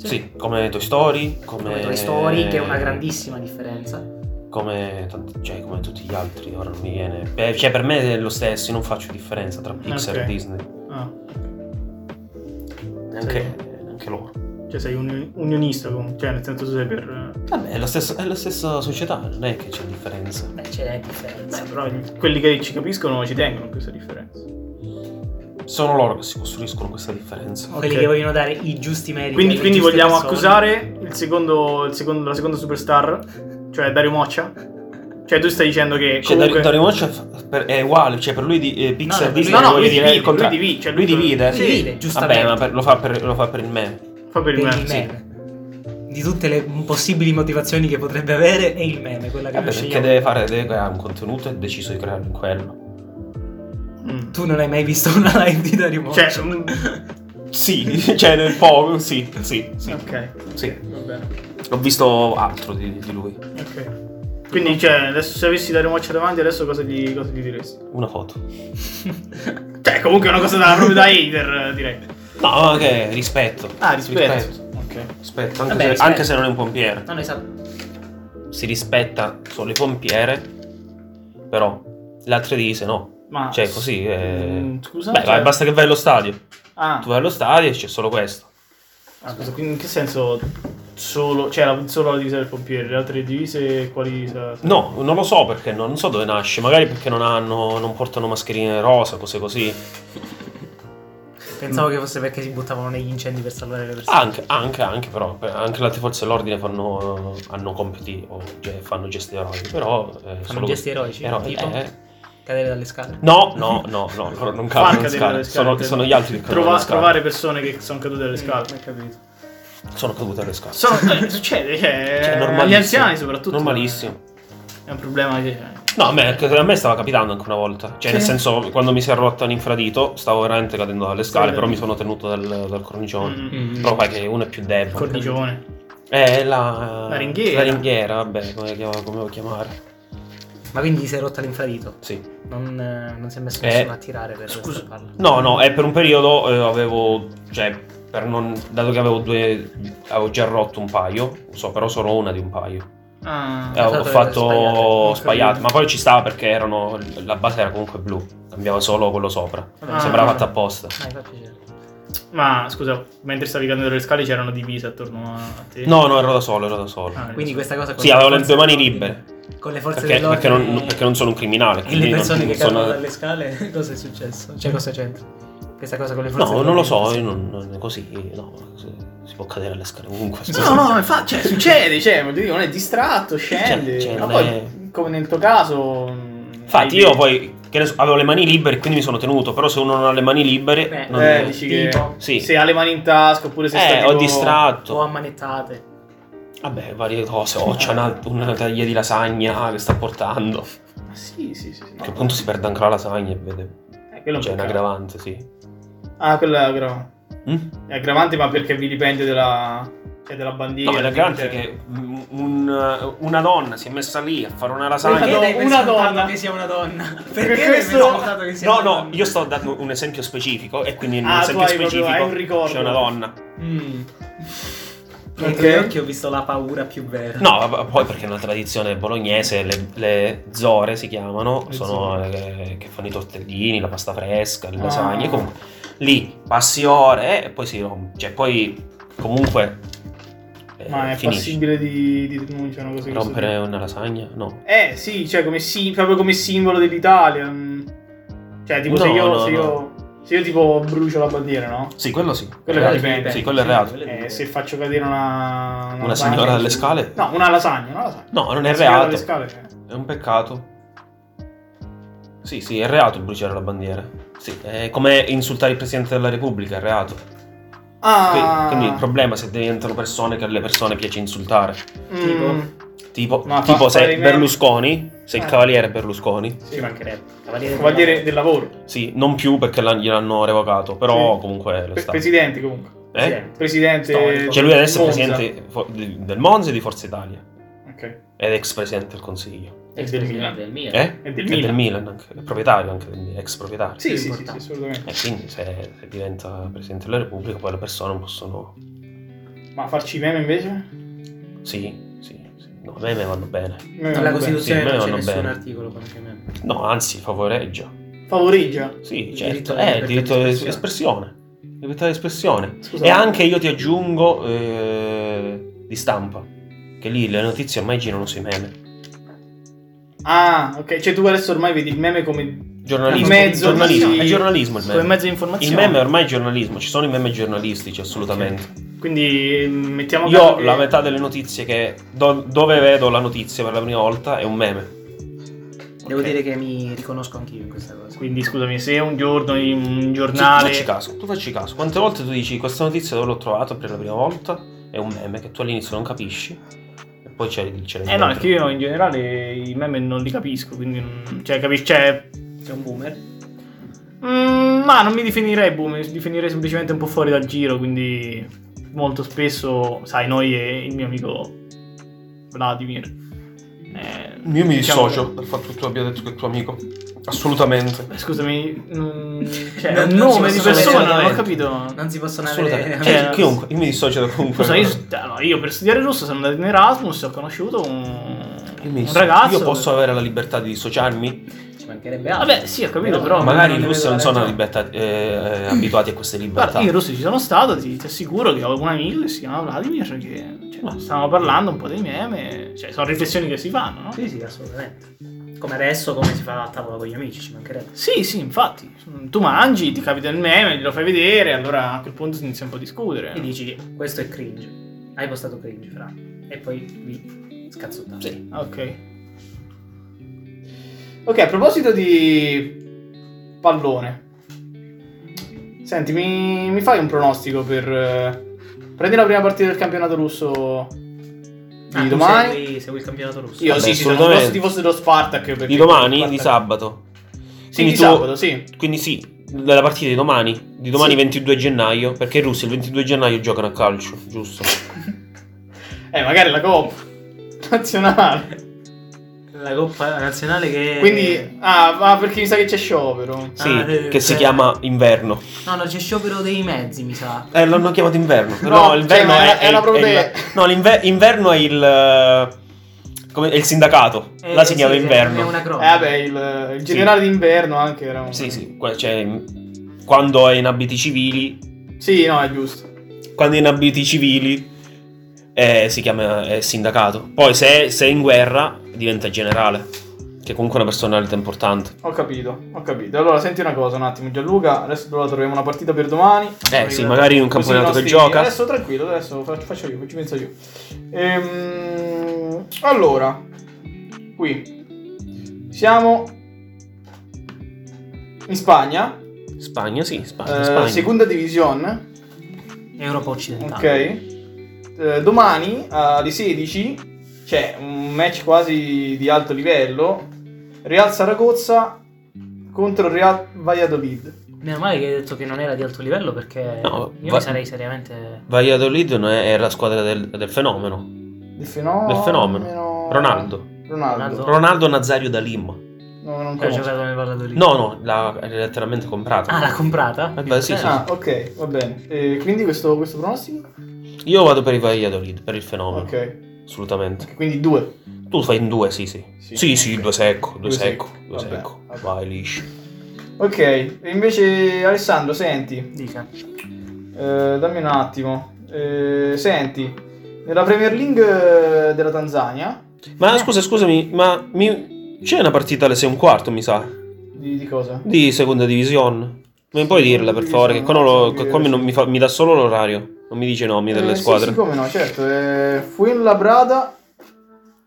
Speaker 3: Sì, come Toy Story, come...
Speaker 1: Come Toy Story, che è una grandissima differenza.
Speaker 3: Come, tanti- cioè, come tutti gli altri, ora non mi viene... Beh, cioè, per me è lo stesso, io non faccio differenza tra Pixar
Speaker 2: Ok.
Speaker 3: e Disney.
Speaker 2: Ah,
Speaker 3: Anche, anche loro.
Speaker 2: cioè, sei un unionista comunque, cioè, nel senso sei per.
Speaker 3: Vabbè, è la, stessa, è la stessa società, non è che c'è differenza.
Speaker 1: Beh, c'è differenza.
Speaker 2: Beh, però gli- quelli che ci capiscono ci tengono a questa differenza.
Speaker 3: Sono loro che si costruiscono questa differenza.
Speaker 1: Quelli
Speaker 2: ok.
Speaker 1: che vogliono dare i giusti meriti.
Speaker 2: Quindi,
Speaker 1: alle
Speaker 2: quindi
Speaker 1: giuste
Speaker 2: vogliamo
Speaker 1: persone.
Speaker 2: accusare il secondo, il secondo- la seconda superstar, cioè Dario Moccia? Cioè, tu stai dicendo che.
Speaker 3: Cioè,
Speaker 2: comunque...
Speaker 3: Dario- Dario Moccia f- per- è uguale, cioè per lui di, eh, Pixar
Speaker 1: No, no,
Speaker 3: Disney
Speaker 2: No, no,
Speaker 3: vuol
Speaker 2: lui
Speaker 3: dire
Speaker 2: divide,
Speaker 3: il contrario.
Speaker 2: lui divide, cioè,
Speaker 3: lui
Speaker 2: lui-
Speaker 3: divide.
Speaker 1: Sì, divide, eh. giustamente.
Speaker 3: Vabbè, ma per- lo, fa per, lo fa per il meme.
Speaker 2: Fa
Speaker 1: Per
Speaker 2: per il
Speaker 1: il
Speaker 2: mezzo.
Speaker 1: meme. Di tutte le possibili motivazioni che potrebbe avere è il meme, quella che noi
Speaker 3: Vabbè, perché
Speaker 1: scegliamo.
Speaker 3: deve fare deve creare un contenuto e ha deciso di crearlo in quello.
Speaker 2: Mm.
Speaker 1: Tu non hai mai visto una live di Dario Moccia? <laughs>
Speaker 2: Cioè, mm,
Speaker 3: <laughs> Sì, cioè nel poco, sì, sì, sì.
Speaker 2: ok.
Speaker 3: Sì.
Speaker 2: Va bene.
Speaker 3: Ho visto altro di, di lui,
Speaker 2: Ok. Quindi, cioè, adesso se avessi Dario Moccia davanti, adesso cosa gli, cosa gli diresti?
Speaker 3: una foto.
Speaker 2: Cioè, comunque è una cosa da, proprio da hater, eh, direi.
Speaker 3: No, ma che rispetto.
Speaker 2: Ah, rispetto.
Speaker 3: Rispetto,
Speaker 2: Ok.
Speaker 3: rispetto, anche,
Speaker 1: Vabbè,
Speaker 3: se,
Speaker 1: rispetto.
Speaker 3: anche se non è un pompiere.
Speaker 1: Non esatto.
Speaker 3: Si rispetta solo i pompiere, però le altre divise no.
Speaker 2: Ma.
Speaker 3: Cioè così... eh,
Speaker 2: Mm, Scusa.
Speaker 3: Beh,
Speaker 2: cioè-
Speaker 3: vai, basta che vai allo stadio.
Speaker 2: Ah.
Speaker 3: Tu vai allo stadio e c'è solo questo.
Speaker 2: Ah, scusa, quindi in che senso solo, cioè, la- solo la divisa del pompiere, le altre divise quali divisa?
Speaker 3: No, non lo so perché, no- non so dove nasce. Magari perché non hanno, non portano mascherine rosa, cose così.
Speaker 1: Pensavo che fosse perché si buttavano negli incendi per salvare le persone.
Speaker 3: Anche, anche, anche però, eh, anche le altre forze dell'ordine fanno, hanno compiti o ge- fanno gesti eroici, però... eh, solo-
Speaker 1: gesti eroici,
Speaker 3: eroi-
Speaker 1: tipo?
Speaker 3: eh.
Speaker 1: Cadere dalle scale.
Speaker 3: No, no, no, no, loro
Speaker 2: Far
Speaker 3: non cadono
Speaker 2: cadere
Speaker 3: le scale,
Speaker 2: dalle
Speaker 3: sono,
Speaker 2: te-
Speaker 3: sono gli altri che cadono
Speaker 2: Trova-
Speaker 3: dalle scale.
Speaker 2: Trovare persone che sono cadute dalle scale.
Speaker 3: Sono cadute alle scale.
Speaker 2: Sono- eh, succede, cioè,
Speaker 3: Cioè,
Speaker 2: agli
Speaker 3: normalissimo.
Speaker 2: anziani soprattutto.
Speaker 3: Normalissimo.
Speaker 2: È un problema che
Speaker 3: No, a me, anche- a me stava capitando anche una volta. Cioè, nel
Speaker 2: Sì.
Speaker 3: senso, quando mi si è rotto un infradito, stavo veramente cadendo dalle scale,
Speaker 2: Sì.
Speaker 3: però mi sono tenuto dal, dal cornicione.
Speaker 2: Mm,
Speaker 1: Mm.
Speaker 3: Però fai che uno è più
Speaker 2: il
Speaker 3: debole.
Speaker 2: cornicione.
Speaker 3: Eh, la...
Speaker 2: La ringhiera.
Speaker 3: La ringhiera, vabbè, come, chiama- come lo chiamare.
Speaker 1: Ma quindi gli si è rotta l'infradito?
Speaker 3: Sì.
Speaker 1: Non, eh, non si è messo
Speaker 3: Eh,
Speaker 1: nessuno a tirare per
Speaker 2: scusa.
Speaker 1: salvarlo.
Speaker 3: No, no, e per un periodo eh, avevo... Cioè, per non... dato che avevo due... avevo già rotto un paio, so, però solo una di un paio.
Speaker 2: Ah,
Speaker 3: Eh, ho
Speaker 1: Pensavo
Speaker 3: fatto
Speaker 2: sbagliate.
Speaker 3: sbagliato, ma poi ci stava perché erano... La base era comunque blu, cambiava solo quello sopra.
Speaker 2: Ah.
Speaker 3: Sembrava fatta apposta.
Speaker 1: Dai, fa piacere.
Speaker 2: Ma scusa, mentre stavi cadendo dalle scale c'erano divise attorno a a te?
Speaker 3: No, no, ero da solo, ero da solo.
Speaker 2: Ah,
Speaker 1: Quindi questa cosa con
Speaker 3: Sì,
Speaker 1: le
Speaker 3: avevo le
Speaker 1: forze
Speaker 3: due mani
Speaker 1: dell'ordine-
Speaker 3: libere.
Speaker 1: Con le forze
Speaker 3: Perché,
Speaker 1: dell'ordine
Speaker 3: perché non, perché non sono un criminale.
Speaker 1: e le
Speaker 3: quindi non-
Speaker 1: persone che
Speaker 3: non sono-
Speaker 1: cadono dalle scale, <laughs> cosa è successo? Cioè, cosa c'entra? Questa cosa con le forze
Speaker 3: No, non lo so,
Speaker 1: dell'ordine-
Speaker 3: io non, non- così, no, si può cadere alle scale comunque. scusa.
Speaker 2: No, no, infatti, cioè, succede, cioè, voglio dire, non è distratto, scende,
Speaker 3: Cioè, cioè,
Speaker 2: ma
Speaker 3: non
Speaker 2: poi,
Speaker 3: è-
Speaker 2: come nel tuo caso... mh,
Speaker 3: Infatti
Speaker 2: hai
Speaker 3: io
Speaker 2: dei-
Speaker 3: poi, che ne so, avevo le mani libere, quindi mi sono tenuto, però se uno non ha le mani libere...
Speaker 1: Beh,
Speaker 3: non-
Speaker 2: Eh, dici che...
Speaker 1: Tipo?
Speaker 3: Sì.
Speaker 2: Se ha le mani in tasca, oppure se sta
Speaker 3: Eh, ho
Speaker 2: tipo-
Speaker 1: O
Speaker 3: distratto.
Speaker 1: ammanettate.
Speaker 3: Vabbè, varie cose. Oh, c'è una, una taglia di lasagna che sta portando.
Speaker 2: Ah, Sì, sì, sì. sì.
Speaker 3: Che appunto cioè, si perde anche la lasagna e vede.
Speaker 2: Eh, quello è un
Speaker 3: C'è un
Speaker 2: peccato.
Speaker 3: aggravante, sì.
Speaker 2: Ah, quello è aggravante.
Speaker 3: Mm?
Speaker 2: È aggravante, ma perché vi dipende della, cioè, della bandiera. cioè,
Speaker 3: No, è l'aggravante è
Speaker 2: quindi,
Speaker 3: che un- un- una donna si è messa lì a fare una
Speaker 2: Perché dai
Speaker 3: lasagna.
Speaker 2: per scontato
Speaker 1: che
Speaker 2: che
Speaker 1: sia una donna. Perché,
Speaker 2: Perché
Speaker 1: dai per
Speaker 2: questo-
Speaker 1: scontato che sia
Speaker 3: No,
Speaker 1: una
Speaker 3: no,
Speaker 1: donna?
Speaker 3: io sto dando un esempio specifico e quindi in un
Speaker 2: Ah, tu
Speaker 3: esempio
Speaker 2: hai proprio-
Speaker 3: specifico
Speaker 2: hai un ricordo.
Speaker 3: c'è una donna.
Speaker 1: Mm.
Speaker 4: Dentro gli occhi ho visto la paura più vera.
Speaker 3: No, vabbè, poi perché è una tradizione bolognese, le, le zore si chiamano,
Speaker 2: Le
Speaker 3: sono
Speaker 2: zore.
Speaker 3: le- che fanno i tortellini, la pasta fresca, le
Speaker 2: Ah.
Speaker 3: lasagne, comunque lì passi ore e poi si rompe, cioè poi comunque eh,
Speaker 2: Ma è
Speaker 3: finisci.
Speaker 2: possibile di, di come dicevano così? questo
Speaker 3: Rompere una lasagna? No.
Speaker 2: tipo? Eh sì, cioè come si- proprio come simbolo dell'Italia. mm. Cioè tipo se,
Speaker 3: No,
Speaker 2: io,
Speaker 3: no,
Speaker 2: se,
Speaker 3: no.
Speaker 2: io, se io tipo brucio la bandiera, no?
Speaker 3: Sì, quello sì.
Speaker 2: Quello è
Speaker 3: sì,
Speaker 2: reato.
Speaker 3: sì, quello è reato.
Speaker 2: Eh, se faccio cadere una...
Speaker 3: Una
Speaker 2: lasagna
Speaker 3: signora dalle
Speaker 2: su-
Speaker 3: scale?
Speaker 2: No, una lasagna, una lasagna.
Speaker 3: No, non è
Speaker 2: Una signora dalle
Speaker 3: reato.
Speaker 2: scale, cioè.
Speaker 3: È un peccato. Sì, sì, è reato bruciare la bandiera. Sì, è come insultare il Presidente della Repubblica, è reato. Quindi,
Speaker 2: Ah,
Speaker 3: quindi il problema è se diventano persone che alle persone piace insultare.
Speaker 2: mm,
Speaker 3: Tipo,
Speaker 2: Ma fa-
Speaker 3: tipo se
Speaker 2: probabilmente-
Speaker 3: Berlusconi, se il
Speaker 2: Eh.
Speaker 3: cavaliere Berlusconi,
Speaker 4: Ci mancherebbe. Cavaliere
Speaker 2: vuol dire del lavoro.
Speaker 3: sì, non più perché l'han- gliel'hanno revocato, però
Speaker 2: Sì.
Speaker 3: comunque lo
Speaker 2: Pre-
Speaker 3: sta.
Speaker 2: presidente comunque.
Speaker 3: Eh?
Speaker 4: Presidente.
Speaker 2: Presidente.
Speaker 4: Storico.
Speaker 3: Cioè lui adesso è
Speaker 2: Monza.
Speaker 3: presidente fo- di- del Monza e di Forza Italia
Speaker 2: Ok.
Speaker 3: ed ex presidente del Consiglio.
Speaker 2: È
Speaker 4: Ex
Speaker 2: del
Speaker 4: presidente
Speaker 2: Milan.
Speaker 4: del Milan.
Speaker 3: Eh?
Speaker 2: È del
Speaker 3: E
Speaker 2: Milan.
Speaker 3: anche, è proprietario anche, quindi ex proprietario.
Speaker 2: Sì, sì, sì, sì,
Speaker 4: Importante.
Speaker 2: assolutamente.
Speaker 3: E quindi se, se diventa presidente della Repubblica poi le persone non possono...
Speaker 2: Ma farci meme invece?
Speaker 3: Sì, sì, sì. No, a me me vanno bene.
Speaker 2: Meme
Speaker 4: Alla
Speaker 2: va bene.
Speaker 4: Costituzione
Speaker 3: Sì, me
Speaker 4: non
Speaker 3: vanno
Speaker 4: c'è nessun
Speaker 3: bene.
Speaker 4: articolo contro i meme.
Speaker 3: No, anzi, favoreggia.
Speaker 2: Favoreggia.
Speaker 3: Sì,
Speaker 4: Il diritto
Speaker 3: certo.
Speaker 4: alla
Speaker 3: È il
Speaker 4: libertà
Speaker 3: diritto di
Speaker 4: d'espressione.
Speaker 3: espressione. Libertà di espressione.
Speaker 2: Scusa.
Speaker 3: E anche io ti aggiungo eh, di stampa, che lì le notizie ormai girano sui meme.
Speaker 2: Ah, ok. Cioè tu adesso ormai vedi il meme come...
Speaker 3: Giornalismo,
Speaker 2: In mezzo
Speaker 3: giornalismo,
Speaker 2: di-
Speaker 3: è giornalismo il
Speaker 2: come
Speaker 3: meme.
Speaker 2: mezzo di
Speaker 3: Il
Speaker 2: informazione.
Speaker 3: meme è ormai giornalismo, ci sono i meme giornalistici assolutamente.
Speaker 2: Quindi eh, mettiamo... caso
Speaker 3: Io
Speaker 2: che-
Speaker 3: la metà delle notizie che do- dove vedo la notizia per la prima volta è un meme.
Speaker 4: Devo
Speaker 2: Ok.
Speaker 4: dire che mi riconosco anch'io in questa cosa.
Speaker 2: Quindi scusami, se un giorno in un
Speaker 3: Tu, tu
Speaker 2: giornale...
Speaker 3: facci caso, tu facci caso. Quante volte tu dici questa notizia dove l'ho trovata per la prima volta? È un meme che tu all'inizio non capisci e poi c'è il
Speaker 2: Eh no, perché io in generale i meme non li capisco, quindi... non- Cioè, capisci? Cioè...
Speaker 4: Sei un boomer.
Speaker 2: Mm, ma non mi definirei boom, mi definirei semplicemente un po' fuori dal giro, quindi molto spesso, sai, noi e il mio amico Vladimir. eh,
Speaker 3: Io mi
Speaker 2: diciamo
Speaker 3: dissocio dal fatto che tu abbia detto che è tuo amico. Assolutamente.
Speaker 2: che- scusami, non, cioè,
Speaker 4: Non-
Speaker 2: è un
Speaker 4: non
Speaker 2: nome
Speaker 4: si
Speaker 2: di
Speaker 4: possono
Speaker 2: persona,
Speaker 4: leggere.
Speaker 2: non ho capito.
Speaker 4: Non si possono avere...
Speaker 3: Assolutamente.
Speaker 2: Cioè,
Speaker 3: Cioè, chiunque, io mi dissocio da comunque.
Speaker 2: Scusa, io, allora, io per studiare russo sono andato in Erasmus e ho conosciuto un,
Speaker 3: Io mi
Speaker 2: un
Speaker 3: dissocio.
Speaker 2: ragazzo.
Speaker 3: Io posso avere la libertà di dissociarmi?
Speaker 4: Ci mancherebbe altro.
Speaker 2: Vabbè, sì, ho capito, però...
Speaker 4: No,
Speaker 3: Magari
Speaker 4: non
Speaker 3: i
Speaker 4: ne
Speaker 3: russi
Speaker 4: vedo
Speaker 3: non
Speaker 4: la
Speaker 3: sono
Speaker 4: ragione.
Speaker 3: libertà- eh, abituati a queste libertà.
Speaker 2: Guarda, io in Russia ci sono stato, ti, ti assicuro che ho un amico che si chiama Vladimir, che
Speaker 3: Ah.
Speaker 2: cioè, stavamo parlando un po' dei meme, cioè sono riflessioni che si fanno, no?
Speaker 4: Sì, sì, assolutamente. Come adesso, come si fa a tavola con gli amici, ci mancherebbe.
Speaker 2: Sì, sì, infatti, tu mangi, ti capita il meme, glielo fai vedere, allora a quel punto si inizia un po' a discutere.
Speaker 4: E dici, questo è cringe. Hai postato cringe, fra. E poi vi scazzottate.
Speaker 3: Sì.
Speaker 2: Ok. Mm. Ok, a proposito di pallone. Senti, mi, mi fai un pronostico per... eh, Prendi la prima partita del campionato russo di
Speaker 4: Ah, tu
Speaker 2: domani.
Speaker 4: Segui, segui il campionato russo.
Speaker 2: Io
Speaker 3: Vabbè,
Speaker 2: sì, sì, sono un
Speaker 3: assolutamente.
Speaker 2: grosso tifoso dello Spartak. perché-
Speaker 3: Di domani, di
Speaker 2: Spartak-
Speaker 3: sabato.
Speaker 2: Sì,
Speaker 3: Quindi
Speaker 2: di
Speaker 3: tu-
Speaker 2: sabato, sì. <laughs>
Speaker 3: Quindi sì, della partita di domani, di domani
Speaker 2: Sì.
Speaker 3: 22 gennaio, perché i russi il 22 gennaio giocano a calcio, giusto?
Speaker 2: Eh, magari la Coppa <laughs> nazionale.
Speaker 4: La coppa nazionale che...
Speaker 3: Eh.
Speaker 2: Quindi, ah, ma perché mi sa che c'è sciopero.
Speaker 3: Sì,
Speaker 4: Ah, eh,
Speaker 3: che si
Speaker 4: eh.
Speaker 3: chiama inverno.
Speaker 4: No, no, c'è sciopero dei mezzi, mi sa.
Speaker 3: Eh, l'hanno chiamato inverno.
Speaker 2: No,
Speaker 3: No, l'inverno
Speaker 2: cioè,
Speaker 3: è,
Speaker 2: era- era
Speaker 3: è-
Speaker 2: proprio
Speaker 3: è
Speaker 2: te.
Speaker 3: il, No, l'inver- inverno è il. eh, Come, è il sindacato.
Speaker 4: Eh,
Speaker 3: Là si chiama
Speaker 4: sì, È
Speaker 3: inverno.
Speaker 4: una
Speaker 2: Eh,
Speaker 4: cronaca.
Speaker 2: vabbè, il, il generale d'inverno anche era un...
Speaker 3: Sì, sì. que- Cioè, mh, quando è in abiti civili.
Speaker 2: Sì, no, è giusto.
Speaker 3: Quando è in abiti civili. eh, si chiama eh, sindacato. Poi se, se è in guerra diventa generale. Che comunque è una personalità importante.
Speaker 2: Ho capito, ho capito. Allora, senti una cosa un attimo, Gianluca. Adesso però troviamo una partita per domani.
Speaker 3: Eh sì, magari in un
Speaker 2: Così i
Speaker 3: campionato che
Speaker 2: nostri-
Speaker 3: gioca.
Speaker 2: Adesso tranquillo, adesso faccio, faccio io, ci penso io. Ehm, allora, qui siamo in Spagna,
Speaker 3: Spagna, sì, Spagna.
Speaker 2: eh,
Speaker 3: Spagna.
Speaker 2: seconda divisione.
Speaker 4: Europa occidentale.
Speaker 2: Ok. Eh, domani alle 16 c'è un match quasi di alto livello. Real Saracozza contro Real Valladolid.
Speaker 4: Meno male che hai detto che non era di alto livello perché
Speaker 3: No,
Speaker 4: io
Speaker 3: va-
Speaker 4: mi sarei seriamente...
Speaker 3: Valladolid non è, è la squadra del, del fenomeno.
Speaker 2: Del fenomeno.
Speaker 3: Del fenomeno. Ronaldo.
Speaker 2: Ronaldo.
Speaker 3: Ronaldo Nazario da Lim.
Speaker 2: No, non
Speaker 1: Eh,
Speaker 4: Che ha
Speaker 2: conosco.
Speaker 4: giocato nel Valladolid.
Speaker 3: No, no, l'ha è letteralmente
Speaker 1: Ah,
Speaker 3: comprata.
Speaker 4: Ah, l'ha comprata?
Speaker 3: Eh beh, sì, sì.
Speaker 2: Ah, ok, va bene. Eh, quindi questo, questo pronostico?
Speaker 3: Io vado per il Valladolid, per il fenomeno.
Speaker 2: Ok.
Speaker 3: Assolutamente.
Speaker 2: Quindi due.
Speaker 3: Tu fai in due, sì, sì.
Speaker 2: Sì.
Speaker 3: Sì, sì, due secco, due,
Speaker 2: Due
Speaker 3: secco,
Speaker 2: secco.
Speaker 3: due
Speaker 2: Vabbè,
Speaker 3: secco.
Speaker 2: vabbè.
Speaker 3: Vai, liscio.
Speaker 2: Ok, e invece Alessandro, senti,
Speaker 5: Dica.
Speaker 2: eh, dammi un attimo. Eh, senti, nella Premier League eh, della Tanzania,
Speaker 3: Ma scusa, scusami, ma mi- c'è una partita alle 6 e un quarto, mi sa,
Speaker 2: di, di cosa?
Speaker 3: di seconda divisione. Mi puoi dirla per favore? Che qua, non lo- qua mi, non mi fa- mi dà solo l'orario, non mi dice i nomi delle
Speaker 2: Eh,
Speaker 3: squadre.
Speaker 2: Sì, sì, come no, certo. Eh, Fuenlabrada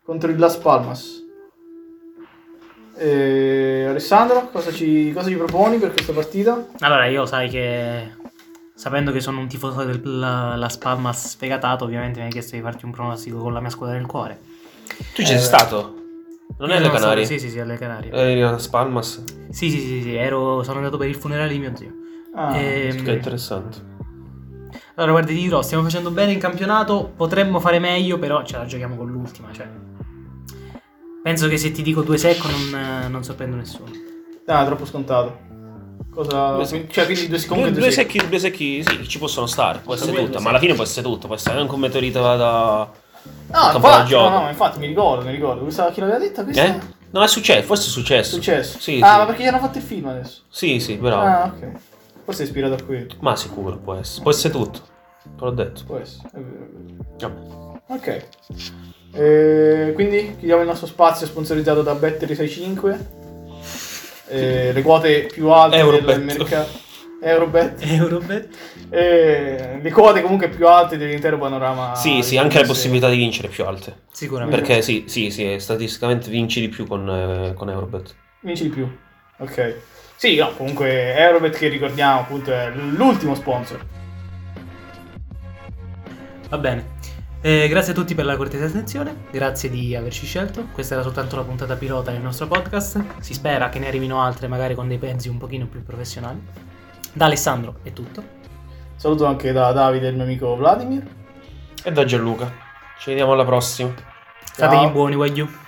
Speaker 2: contro il Las Palmas. Eh, Alessandro, cosa ci, cosa ci proponi per questa partita?
Speaker 1: Allora, io sai che sapendo che sono un tifoso della la Spalma sfegatato, ovviamente mi hai chiesto di farti un pronostico con la mia squadra del cuore.
Speaker 3: Tu ci sei
Speaker 2: Eh,
Speaker 3: stato? Non è
Speaker 1: Io sono
Speaker 3: alle
Speaker 1: stato-
Speaker 3: Canarie? Eh.
Speaker 1: Sì, sì, sì, alle Canarie.
Speaker 3: Eri a Las Palmas?
Speaker 1: Sì, sì, sì, sì, ero- sono andato per il funerale di mio zio.
Speaker 2: Ah,
Speaker 1: Ehm,
Speaker 3: Che interessante.
Speaker 1: Allora, guarda, ti dirò, stiamo facendo bene in campionato, potremmo fare meglio, però ce la giochiamo con l'ultima, cioè... Penso che se ti dico due secco non, non sorprendo nessuno.
Speaker 2: ah, troppo scontato. Cosa,
Speaker 3: Due sec-
Speaker 2: cioè, quindi due,
Speaker 3: Due,
Speaker 2: comunque due
Speaker 3: due
Speaker 2: sec-
Speaker 3: secchi, due secchi, sì, ci possono stare, può essere
Speaker 2: Due
Speaker 3: tutto,
Speaker 2: secchi.
Speaker 3: ma alla fine può essere tutto, può essere anche un meteorito da...
Speaker 2: Ah,
Speaker 3: campo da
Speaker 2: infatti, no,
Speaker 3: gioco.
Speaker 2: no, ma infatti mi ricordo, mi ricordo. Questa, chi l'aveva detta questa?
Speaker 3: Eh? No, è successo, forse è
Speaker 2: È
Speaker 3: successo.
Speaker 2: successo.
Speaker 3: Sì,
Speaker 2: ah,
Speaker 3: sì.
Speaker 2: ma perché gli hanno fatto il film adesso?
Speaker 3: Sì, sì, bravo.
Speaker 2: Ah, ok. Forse è ispirato a quello.
Speaker 3: Ma sicuro può essere. Può essere tutto. Te l'ho detto.
Speaker 2: Può essere, è vero, è vero.
Speaker 3: Vabbè.
Speaker 2: Ok. Eh, quindi chiudiamo il nostro spazio sponsorizzato da Battery65. Eh, le quote più alte
Speaker 3: Eurobet.
Speaker 2: del mercato. Eurobet.
Speaker 1: Eurobet?
Speaker 2: Eh, le quote comunque più alte dell'intero panorama.
Speaker 3: sì, sì, Mm. anche le
Speaker 2: se-
Speaker 3: possibilità di vincere più alte.
Speaker 1: Sicuramente.
Speaker 3: Perché sì, sì, sì, statisticamente vinci di più con, eh, con Eurobet.
Speaker 2: Vinci di più. Ok. Sì, no, comunque Eurobet che ricordiamo appunto è l'ultimo sponsor.
Speaker 1: Va bene. Eh, grazie a tutti per la cortese attenzione, grazie di averci scelto. Questa era soltanto la puntata pilota del nostro podcast. Si spera che ne arrivino altre, magari con dei pezzi un pochino più professionali. Da Alessandro è tutto.
Speaker 2: Saluto anche da Davide, il mio amico Vladimir.
Speaker 3: E da Gianluca. Ci vediamo alla prossima.
Speaker 1: Stategli
Speaker 2: Ciao.
Speaker 1: buoni, Wagyu.